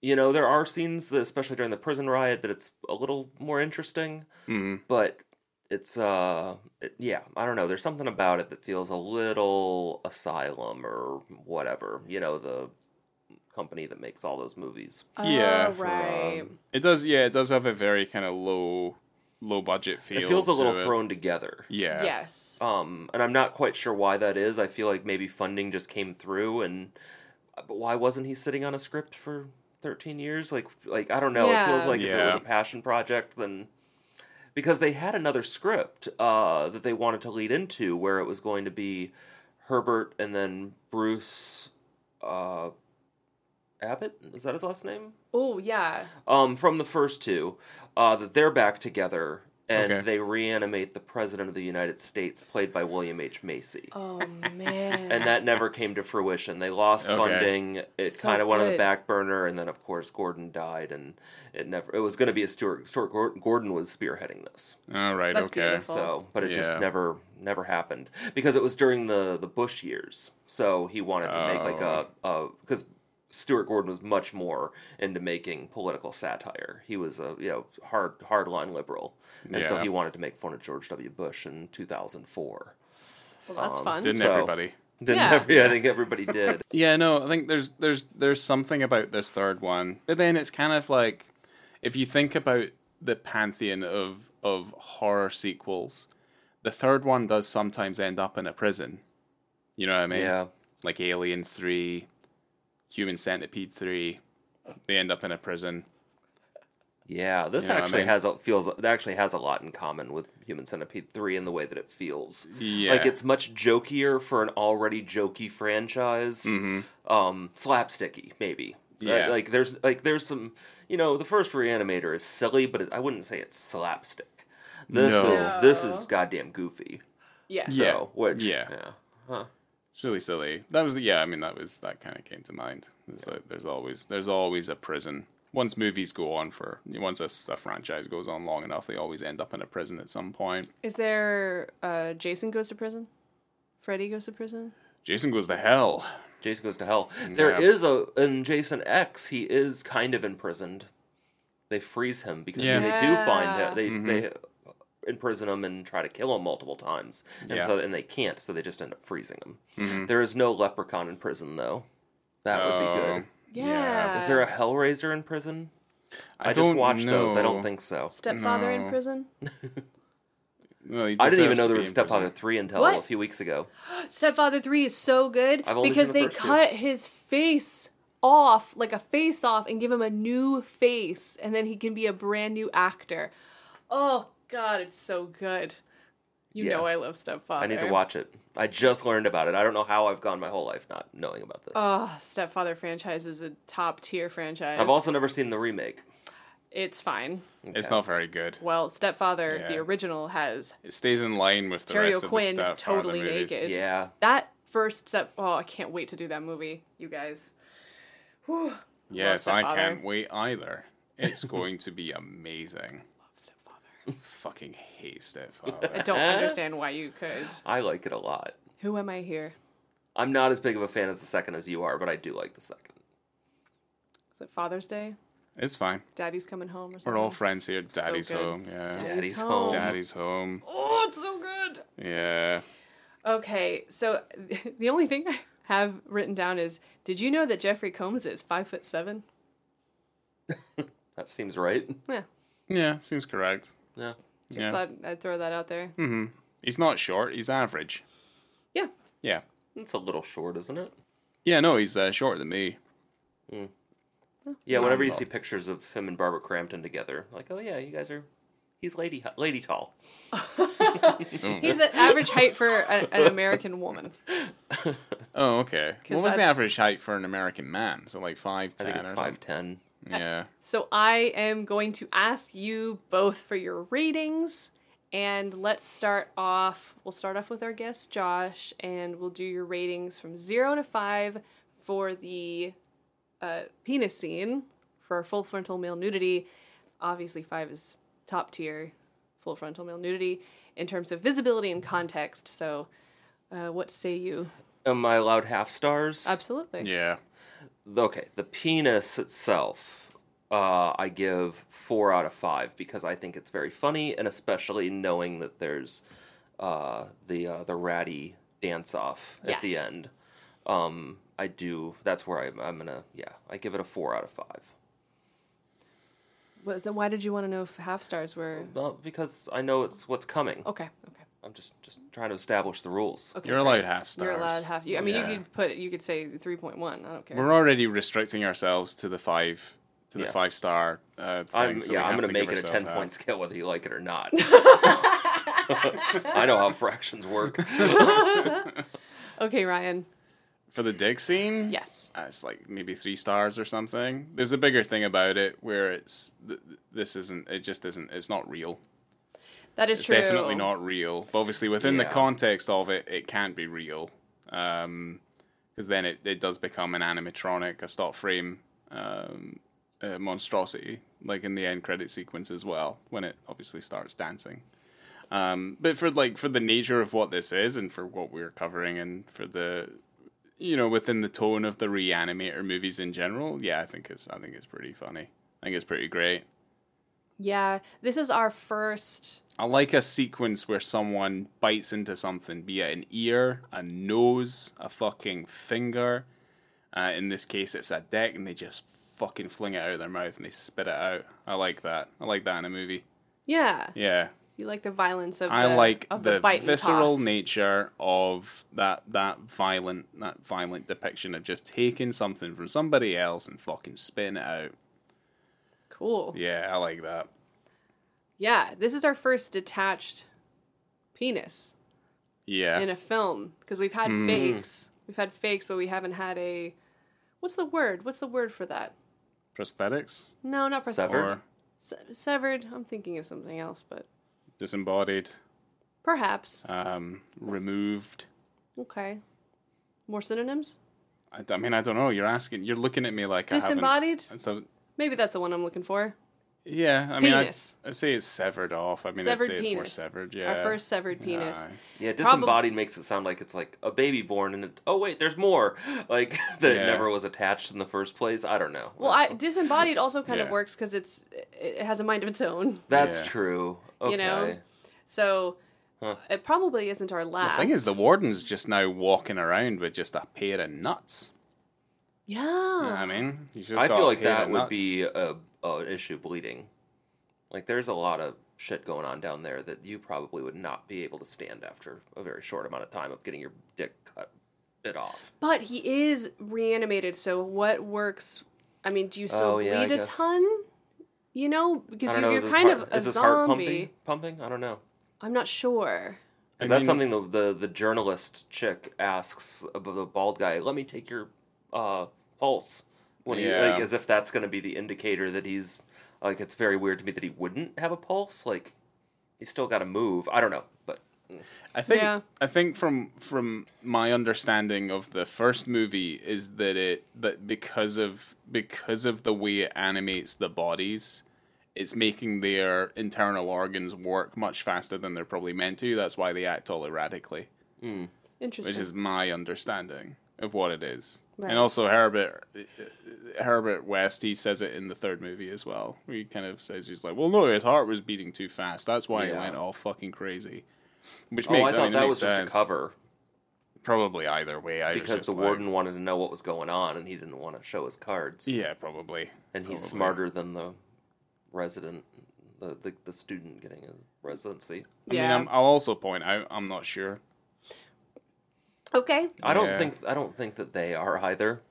C: you know, there are scenes that especially during the prison riot that it's a little more interesting,
B: Mm.
C: but it's uh it- yeah, I don't know, there's something about it that feels a little asylum or whatever, you know, the company that makes all those movies.
B: Yeah,
A: Oh, right.
C: um,
B: It does. Yeah, it does have a very kind of low low budget feel.
C: it feels a
B: to
C: little
B: it.
C: thrown together.
B: Yeah.
A: Yes.
C: Um, and I'm not quite sure why that is. I feel like maybe funding just came through, and uh, but why wasn't he sitting on a script for 13 years? Like, like I don't know. It feels
A: Yeah.
C: like if it was
B: Yeah.
C: a passion project, then because they had another script uh, that they wanted to lead into, where it was going to be Herbert and then Bruce uh, Abbott. Is that his last name?
A: Oh yeah.
C: um, from the first two, uh, that they're back together and
B: Okay.
C: they reanimate the president of the United States, played by William H Macy.
A: Oh man.
C: And that never came to fruition. They lost
B: Okay.
C: funding. It
A: So
C: kind of went on the
A: good.
C: back burner, and then of course Gordon died, and it never. It was going to be a Stuart. Stuart Gor- Gordon was spearheading this,
B: All right.
A: That's
B: okay.
A: beautiful.
C: so but it just
B: Yeah.
C: never never happened because it was during the the Bush years. So he wanted to make like a
B: Oh.
C: because Stuart Gordon was much more into making political satire. He was a you know hard hardline liberal, and so
B: Yeah.
C: he wanted to make fun of George W. Bush in 2004.
A: well, that's fun.
B: Didn't
C: So-
B: everybody?
C: Didn't
A: Yeah.
C: every- I think everybody did.
B: Yeah, no, I think there's there's there's something about this third one. But then it's kind of like if you think about the pantheon of of horror sequels, the third one does sometimes end up in a prison. You know what I mean?
C: yeah,
B: Like Alien 3, Human Centipede 3, they end up in a prison.
C: yeah. This
B: You know what I
C: actually
B: mean?
C: has a, feels that actually has a lot in common with Human Centipede three in the way that it feels.
B: Yeah.
C: Like it's much jokier for an already jokey franchise.
B: Mm-hmm.
C: Um, slapsticky, maybe.
B: Yeah.
C: Right? Like there's like there's some you know the first Reanimator is silly, but it, I wouldn't say it's slapstick. This
B: No.
C: is this
A: No.
C: is goddamn goofy.
A: Yes.
B: Yeah.
C: So, which
B: Yeah.
C: Huh.
B: It's really silly. That was the, yeah. I mean, that was that kind of came to mind. It's like there's always there's always a prison. Once movies go on for once a, s- a franchise goes on long enough, they always end up in a prison at some point.
A: Is there uh, Jason goes to prison? Freddy goes to prison?
B: Jason goes to hell.
C: Jason goes to hell. There
B: Yeah.
C: is a in Jason X, he is kind of imprisoned. They freeze him because
B: Yeah. Mm-hmm.
C: they do find
A: Yeah.
C: him. They they imprison him and try to kill him multiple times, and
B: Yeah. Mm-hmm.
C: so and they can't, so they just end up freezing him. There is no leprechaun in prison though. That
B: Uh, Oh.
C: would be good.
A: Yeah.
B: Yeah.
C: Is there
A: Um,
C: a Hellraiser in prison?
B: I,
C: I, just
B: don't
C: watched those. I don't
B: know.
C: think so.
A: stepfather in
B: No.
A: prison?
B: No, he
C: I didn't even
B: deserves
C: know
B: to
C: there
B: be
C: was
B: in
C: Stepfather
B: prison.
C: three until
A: What?
C: a few weeks ago.
A: Stepfather 3 is so good
C: I've only
A: because
C: seen the
A: they
C: first two.
A: cut his face off, like a face off, and give him a new face, and then he can be a brand new actor. Oh, God, it's so good. You
C: Yeah.
A: know I love Stepfather.
C: I need to watch it. I just learned about it. I don't know how I've gone my whole life not knowing about this.
A: Oh, Stepfather franchise is a top tier franchise.
C: I've also never seen the remake.
A: It's fine.
B: It's not very good.
A: Well, Stepfather, the
B: Yeah.
A: original, has
B: It stays in line with the
A: Terry
B: rest of
A: O'Quinn
B: the stuff.
A: totally
B: the movies.
A: naked.
C: Yeah,
A: That first step. Oh, I can't wait to do that movie, you guys. Whew.
B: Yes,
A: Love
B: I
A: Stepfather.
B: can't wait either. It's going to be amazing.
A: Stepfather.
B: Fucking hate
A: I
B: Stepfather.
A: don't understand why you could.
C: I like it a lot.
A: Who am I here?
C: I'm not as big of a fan as the second as you are, but I do like the second.
A: Is it Father's Day?
B: it's fine.
A: Daddy's coming home or something?
B: We're all friends here.
A: so
B: Daddy's
A: good.
B: home. Yeah.
A: Daddy's,
C: Daddy's
A: home.
C: home.
B: Daddy's home.
A: Oh, it's so good.
B: Yeah.
A: Okay, so the only thing I have written down is: Did you know that Jeffrey Combs is five foot seven?
C: That seems right.
A: Yeah,
B: Yeah, seems correct.
C: Yeah.
A: just
B: Yeah. Hmm.
A: thought I'd throw that out there.
B: He's not short, he's average.
A: Yeah,
B: Yeah.
C: It's a little short, isn't it?
B: Yeah, no, he's uh, shorter than me.
C: Yeah, whenever you see pictures of him and Barbara Crampton together, like, oh yeah, you guys are. He's lady lady tall.
A: he's at average height for a, an American woman.
B: Oh, okay.
A: 'Cause
B: What was the
A: that's-
B: average height for an American man? So like five
C: I
B: ten.
C: think it's five ten.
B: Yeah.
A: So I am going to ask you both for your ratings. And let's start off. We'll start off with our guest, Josh, and we'll do your ratings from zero to five for the uh, penis scene for full frontal male nudity. Obviously, five is top tier full frontal male nudity in terms of visibility and context. So, uh, what say you?
C: Am I allowed half stars?
A: Absolutely.
B: Yeah.
C: okay, the penis itself, uh, I give four out of five because I think it's very funny, and especially knowing that there's uh, the uh, the ratty dance off at the
A: Yes.
C: end. Um, I do. That's where I'm, I'm gonna. Yeah, I give it a four out of five.
A: But then why did you want to know if half stars were
C: Not because I know it's what's coming.
A: okay? Okay.
C: I'm just just trying to establish the rules.
A: Okay.
B: You're
A: great.
B: allowed half stars.
A: You're allowed half. You, I mean,
B: Yeah.
A: you could put you could say three point one. I don't care.
B: We're already restricting ourselves to the five to the
C: Yeah.
B: five star. Uh, thing,
C: I'm
B: so we
C: yeah, I'm
B: have
C: gonna
B: to give
C: make it a
B: ourselves
C: ten
B: that.
C: point scale whether you like it or not. I know how fractions work.
A: okay, Ryan.
B: for the dick scene.
A: Yes.
B: uh, it's like maybe three stars or something. There's a bigger thing about it where it's th- th- this isn't. It just isn't. It's not real.
A: That is
B: It's
A: true.
B: definitely not real. But obviously, within the
C: Yeah.
B: context of it, it can't be real. Um, because then it, it does become an animatronic, a stop frame, um, uh monstrosity, like in the end credit sequence as well, when it obviously starts dancing. Um, but for like for the nature of what this is, and for what we're covering, and for the you know within the tone of the reanimator movies in general, yeah, I think it's I think it's pretty funny. I think it's pretty great.
A: Yeah, this is our first.
B: I like a sequence where someone bites into something, be it an ear, a nose, a fucking finger. Uh, in this case, it's a dick, and they just fucking fling it out of their mouth and they spit it out. I like that. I like that in a movie.
A: Yeah,
B: Yeah,
A: you like the violence of.
B: I
A: the,
B: like
A: of
B: the,
A: bite and
B: visceral
A: toss.
B: nature of that that violent that violent depiction of just taking something from somebody else and fucking spitting it out.
A: Cool.
B: Yeah, I like that.
A: Yeah, this is our first detached penis
B: Yeah, Mm.
A: in a film because we've had fakes. We've had fakes, but we haven't had a. What's the word? What's the word for that?
B: prosthetics
A: No, not pres-
C: Severed?
B: or
A: se- severed. I'm thinking of something else, but
B: disembodied,
A: perhaps.
B: um, removed.
A: Okay. More synonyms?
B: I, I mean, I don't know. You're asking. You're looking at me like
A: Disembodied?
B: I haven't. So
A: Maybe that's the one I'm looking for.
B: yeah, I mean, I'd,
A: Penis.
B: I'd say it's severed off. I mean,
A: Severed
B: I'd say it's more
A: penis.
B: severed. Yeah,
A: Our first severed penis.
B: Aye.
C: Yeah,
A: Probab-
C: disembodied makes it sound like it's like a baby born and it, oh wait, there's more. Like that
B: Yeah.
C: it never was attached in the first place. I don't know.
A: Well, I,
C: that's,
A: disembodied also kind of
B: Yeah.
A: works because it's it- it has a mind of its own.
C: that's
B: Yeah.
C: true. Okay.
A: You know? So
C: Huh.
A: it probably isn't our last.
B: The thing is, the warden's just now walking around with just a pair of nuts.
A: yeah,
B: You know what I mean, He's just
C: I
B: got a
C: feel like
B: pair
C: that
B: of
C: would
B: nuts.
C: be a, a an issue bleeding. Like there's a lot of shit going on down there that you probably would not be able to stand after a very short amount of time of getting your dick cut bit off.
A: but he is reanimated. So what works? I mean, do you still
C: Oh, yeah, I
A: bleed a
C: guess.
A: ton? You know, because
C: I
A: you,
C: don't know.
A: you're
C: is his
A: kind
C: heart,
A: of a
C: is his heart pumping?
A: zombie.
C: Pumping? I don't know.
A: I'm not sure.
B: I
C: Because that's
B: mean-
C: something the, the the journalist chick asks of the bald guy. Let me take your uh, pulse when he
B: Yeah.
C: like as if that's going to be the indicator that he's like. It's very weird to me that he wouldn't have a pulse. Like he's still got to move. I don't know, but
B: I think
A: Yeah.
B: I think from from my understanding of the first movie is that it that because of because of the way it animates the bodies, it's making their internal organs work much faster than they're probably meant to. That's why they act all erratically,
A: Interesting.
B: which is my understanding of what it is.
A: Right.
B: And also Herbert Herbert West, he says it in the third movie as well. where He kind of says he's like, "Well, no, his heart was beating too fast. That's why it
C: Yeah.
B: went all fucking crazy." Which
C: oh,
B: makes I
C: I thought
B: mean, it
C: that
B: makes
C: was just
B: sense.
C: a cover
B: Probably either way. I was
C: because
B: just
C: the
B: like-
C: warden wanted to know what was going on and he didn't want to show his cards.
B: Yeah, probably.
C: and he's
B: probably.
C: smarter than the resident, the, the the student getting a residency.
B: I
A: yeah.
B: mean, I'm, I'll also point out. I'm not sure.
A: okay.
C: I don't
B: Yeah.
C: think I don't think that they are either.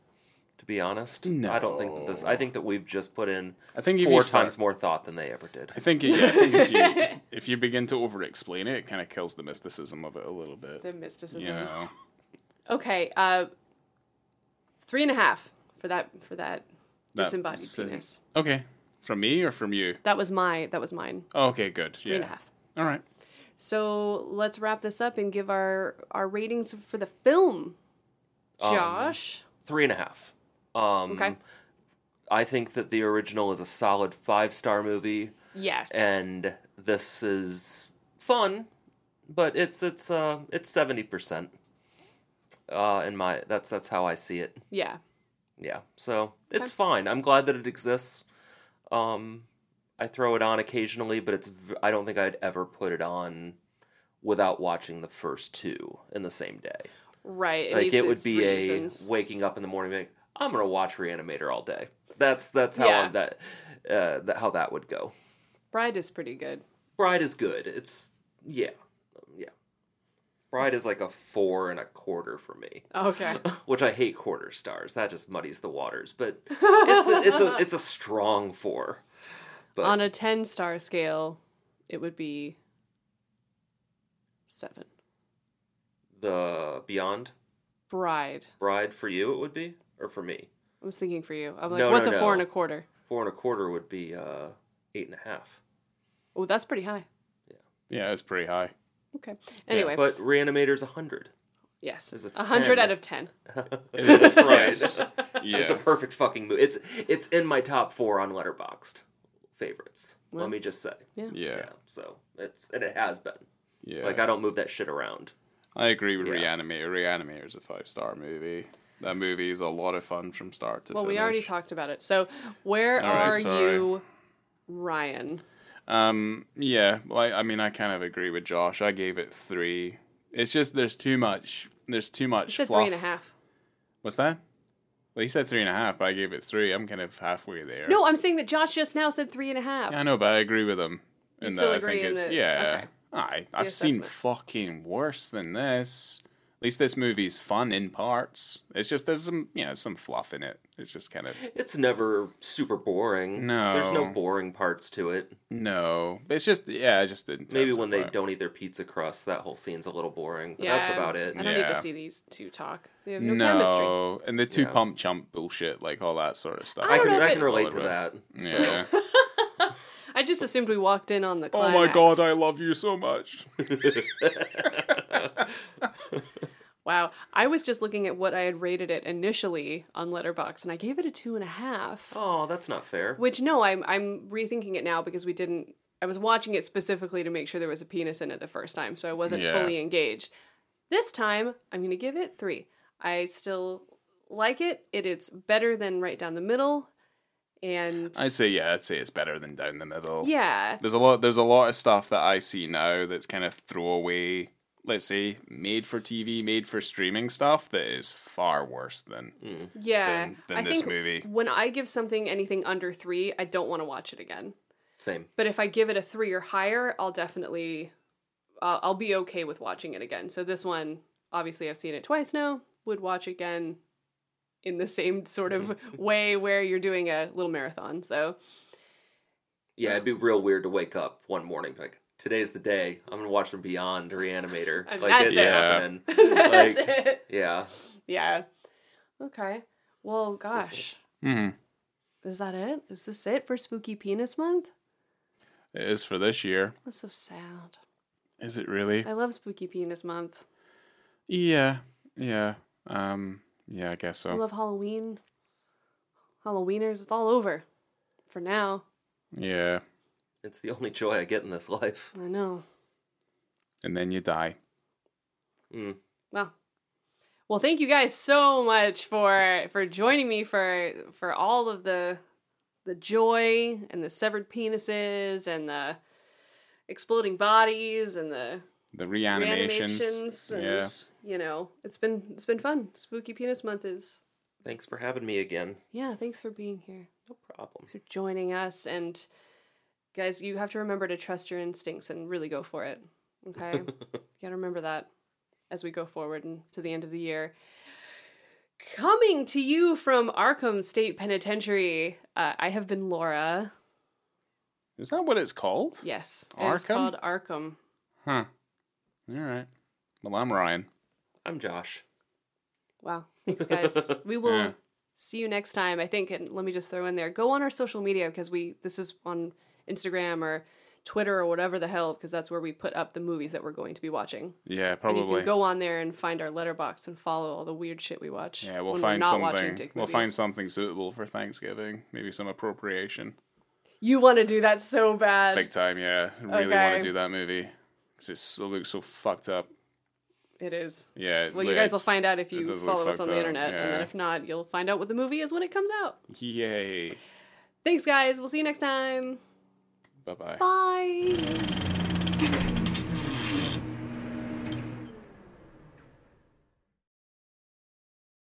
C: To be honest, I don't think that this. I think that we've just put in
B: I think if
C: four
B: you start-
C: times more thought than they ever did.
B: I think, yeah, I think if you if you begin to over-explain it, it kind of kills the mysticism of it a little bit.
A: The mysticism.
B: You know,
A: Okay. Uh, three and a half for that for that
B: That-
A: disembodied
B: so-
A: penis.
B: Okay, from me or from you?
A: That was my. That was mine.
B: Oh, okay, good. Yeah.
A: Three and a half.
B: All right.
A: So let's wrap this up and give our our ratings for the film.
C: Um,
A: Josh,
C: Three and a half. Um,
A: Okay.
C: I think that the original is a solid five star movie,
A: yes,
C: and this is fun, but it's it's uh it's seventy percent. Uh, in my that's that's how I see it.
A: yeah,
C: Yeah, so it's fine. I'm glad that it exists. Um, I throw it on occasionally, but it's v- I don't think I'd ever put it on without watching the first two in the same day.
A: right.
C: like
A: needs
C: it would
A: its
C: be
A: reasons.
C: a waking up in the morning, being, I'm gonna watch Reanimator all day. That's that's how
A: Yeah.
C: I'm that. uh, that how that would go.
A: Bride is pretty good.
C: Bride is good. It's yeah, yeah. Bride is like a four and a quarter for me,
A: Okay.
C: which I hate quarter stars. That just muddies the waters. But it's a, it's a it's a strong four. But
A: On a 10 star scale, it would be 7.
C: the Beyond
A: Bride.
C: Bride for you it would be or for me
A: I was thinking for you. I'm like,
C: No, no,
A: what's a
C: no.
A: four and a quarter?
C: four and a quarter would be uh, eight and a half.
A: Oh, that's pretty high.
B: Yeah, it's pretty high.
A: Okay. Anyway,
C: But Reanimator's a hundred.
A: yes.
C: there's a
A: A 100 out
C: 10.
A: of 10.
B: It is,
C: right.
B: yes. Yeah.
C: It's a perfect fucking movie. It's it's in my top four on Letterboxd favorites.
A: Well,
C: let me just say.
B: yeah.
C: Yeah. So it's and it has been.
B: Yeah.
C: Like I don't move that shit around.
B: I agree with
C: Yeah.
B: Reanimator. Reanimator is a five star movie. That movie is a lot of fun from start to
A: Well,
B: finish.
A: we already talked about it. So, where
B: All
A: are
B: right, sorry.
A: you, Ryan?
B: Um, yeah, like I mean, I kind of agree with Josh. I gave it three. It's just there's too much. There's too much
A: You said
B: fluff.
A: three and a half.
B: What's that? Well, he said three and a half, but I gave it three. I'm kind of halfway there.
A: No, I'm saying that Josh just now said three and a half.
B: Yeah, I know, but I agree with him. in
A: still
B: that
A: agree
B: I
A: in
B: think it's
A: the-
B: yeah.
A: okay.
B: I I've seen
A: assessment.
B: fucking worse than this. At least this movie's fun in parts. It's just there's some you know some fluff in it. It's just kind of
C: It's never super boring.
B: No.
C: There's no boring parts to it.
B: no. It's just yeah. I just didn't.
C: Maybe when they don't eat their pizza crust, that whole scene's a little boring. But that's
A: I'm-
C: about it.
A: I don't need
B: Yeah.
A: to see these two talk. They have no,
B: No,
A: chemistry.
B: and the two
C: Yeah.
B: pump chump bullshit, like all that sort of stuff.
A: I
C: I
A: don't
C: can
A: know if
C: I can
A: it-
C: relate to that.
B: Yeah.
A: I just assumed we walked in on the
B: oh
A: climax.
B: my god, I love you so much.
A: Wow. I was just looking at what I had rated it initially on Letterbox, and I gave it a two and a half.
C: Oh, that's not fair.
A: Which no, I'm I'm rethinking it now because we didn't. I was watching it specifically to make sure there was a penis in it the first time, so I wasn't
B: Yeah.
A: fully engaged. This time, I'm gonna give it three. I still like it. It is better than right down the middle, and
B: I'd say yeah, I'd say it's better than down the middle.
A: yeah,
B: There's a lot there's a lot of stuff that I see now that's kind of throwaway, let's say, made for TV, made for streaming stuff that is far worse than
C: Mm,
A: yeah.
B: than- than
A: I
B: this
A: think
B: movie.
A: When I give something anything under three, I don't want to watch it again.
C: Same.
A: but if I give it a three or higher, I'll definitely, uh, I'll be okay with watching it again. So this one, obviously, I've seen it twice now. Would watch again, in the same sort of way where you're doing a little marathon. So
C: Yeah, it'd be real weird to wake up one morning like today's the day. I'm gonna watch the Beyond Reanimator.
A: And
C: like
A: that's
C: it's
A: it.
C: happening.
A: that's
C: Like-
A: it.
C: Yeah.
A: Yeah. Okay. Well, gosh,
B: Mhm.
A: is that it? Is this it for Spooky Penis Month?
B: It is for this year.
A: That's so sad.
B: Is it really?
A: I love Spooky Penis Month.
B: Yeah. Yeah. Um yeah, I guess
A: I
B: so.
A: love Halloween. Halloweeners, it's all over for now.
B: Yeah.
C: It's the only joy I get in this life.
A: I know.
B: And then you die.
C: Mm.
A: Well, well, thank you guys so much for for joining me for for all of the the joy and the severed penises and the exploding bodies and the
B: The reanimations.
A: reanimations and
B: yeah.
A: you know it's been it's been fun. Spooky Penis Month is
C: Thanks for having me again.
A: yeah. Thanks for being here.
C: No problem.
A: Thanks for joining us and guys, you have to remember to trust your instincts and really go for it. Okay? you got to remember that as we go forward and to the end of the year. Coming to you from Arkham State Penitentiary, uh, I have been Laura.
B: Is that what it's called?
A: Yes, it's
B: Arkham?
A: called Arkham.
B: Huh. All right. Well, I'm Ryan.
C: I'm Josh.
A: Wow. Thanks, guys. we will
B: Yeah.
A: see you next time. I think, and let me just throw in there go on our social media because we, this is on Instagram or Twitter or whatever the hell, because that's where we put up the movies that we're going to be watching.
B: Yeah,
A: And you
B: probably.
A: can go on there and find our letterbox and follow all the weird shit we watch.
B: yeah, we'll
A: when
B: find something.
A: dick
B: We'll
A: movies.
B: find something suitable for Thanksgiving. Maybe some appropriation.
A: You want to do that so bad.
B: Big time, yeah. I Really want
A: Okay.
B: to do that movie because it looks so fucked up.
A: It is.
B: Yeah. it-
A: Well, you guys will
B: it's-
A: find out if
B: it
A: you
B: does look
A: follow us
B: fucked
A: on the
B: up,
A: internet, and then
B: yeah.
A: if not, you'll find out what the movie is when it comes out.
B: Yay!
A: Thanks, guys. We'll see you next time.
B: Bye bye.
A: Bye.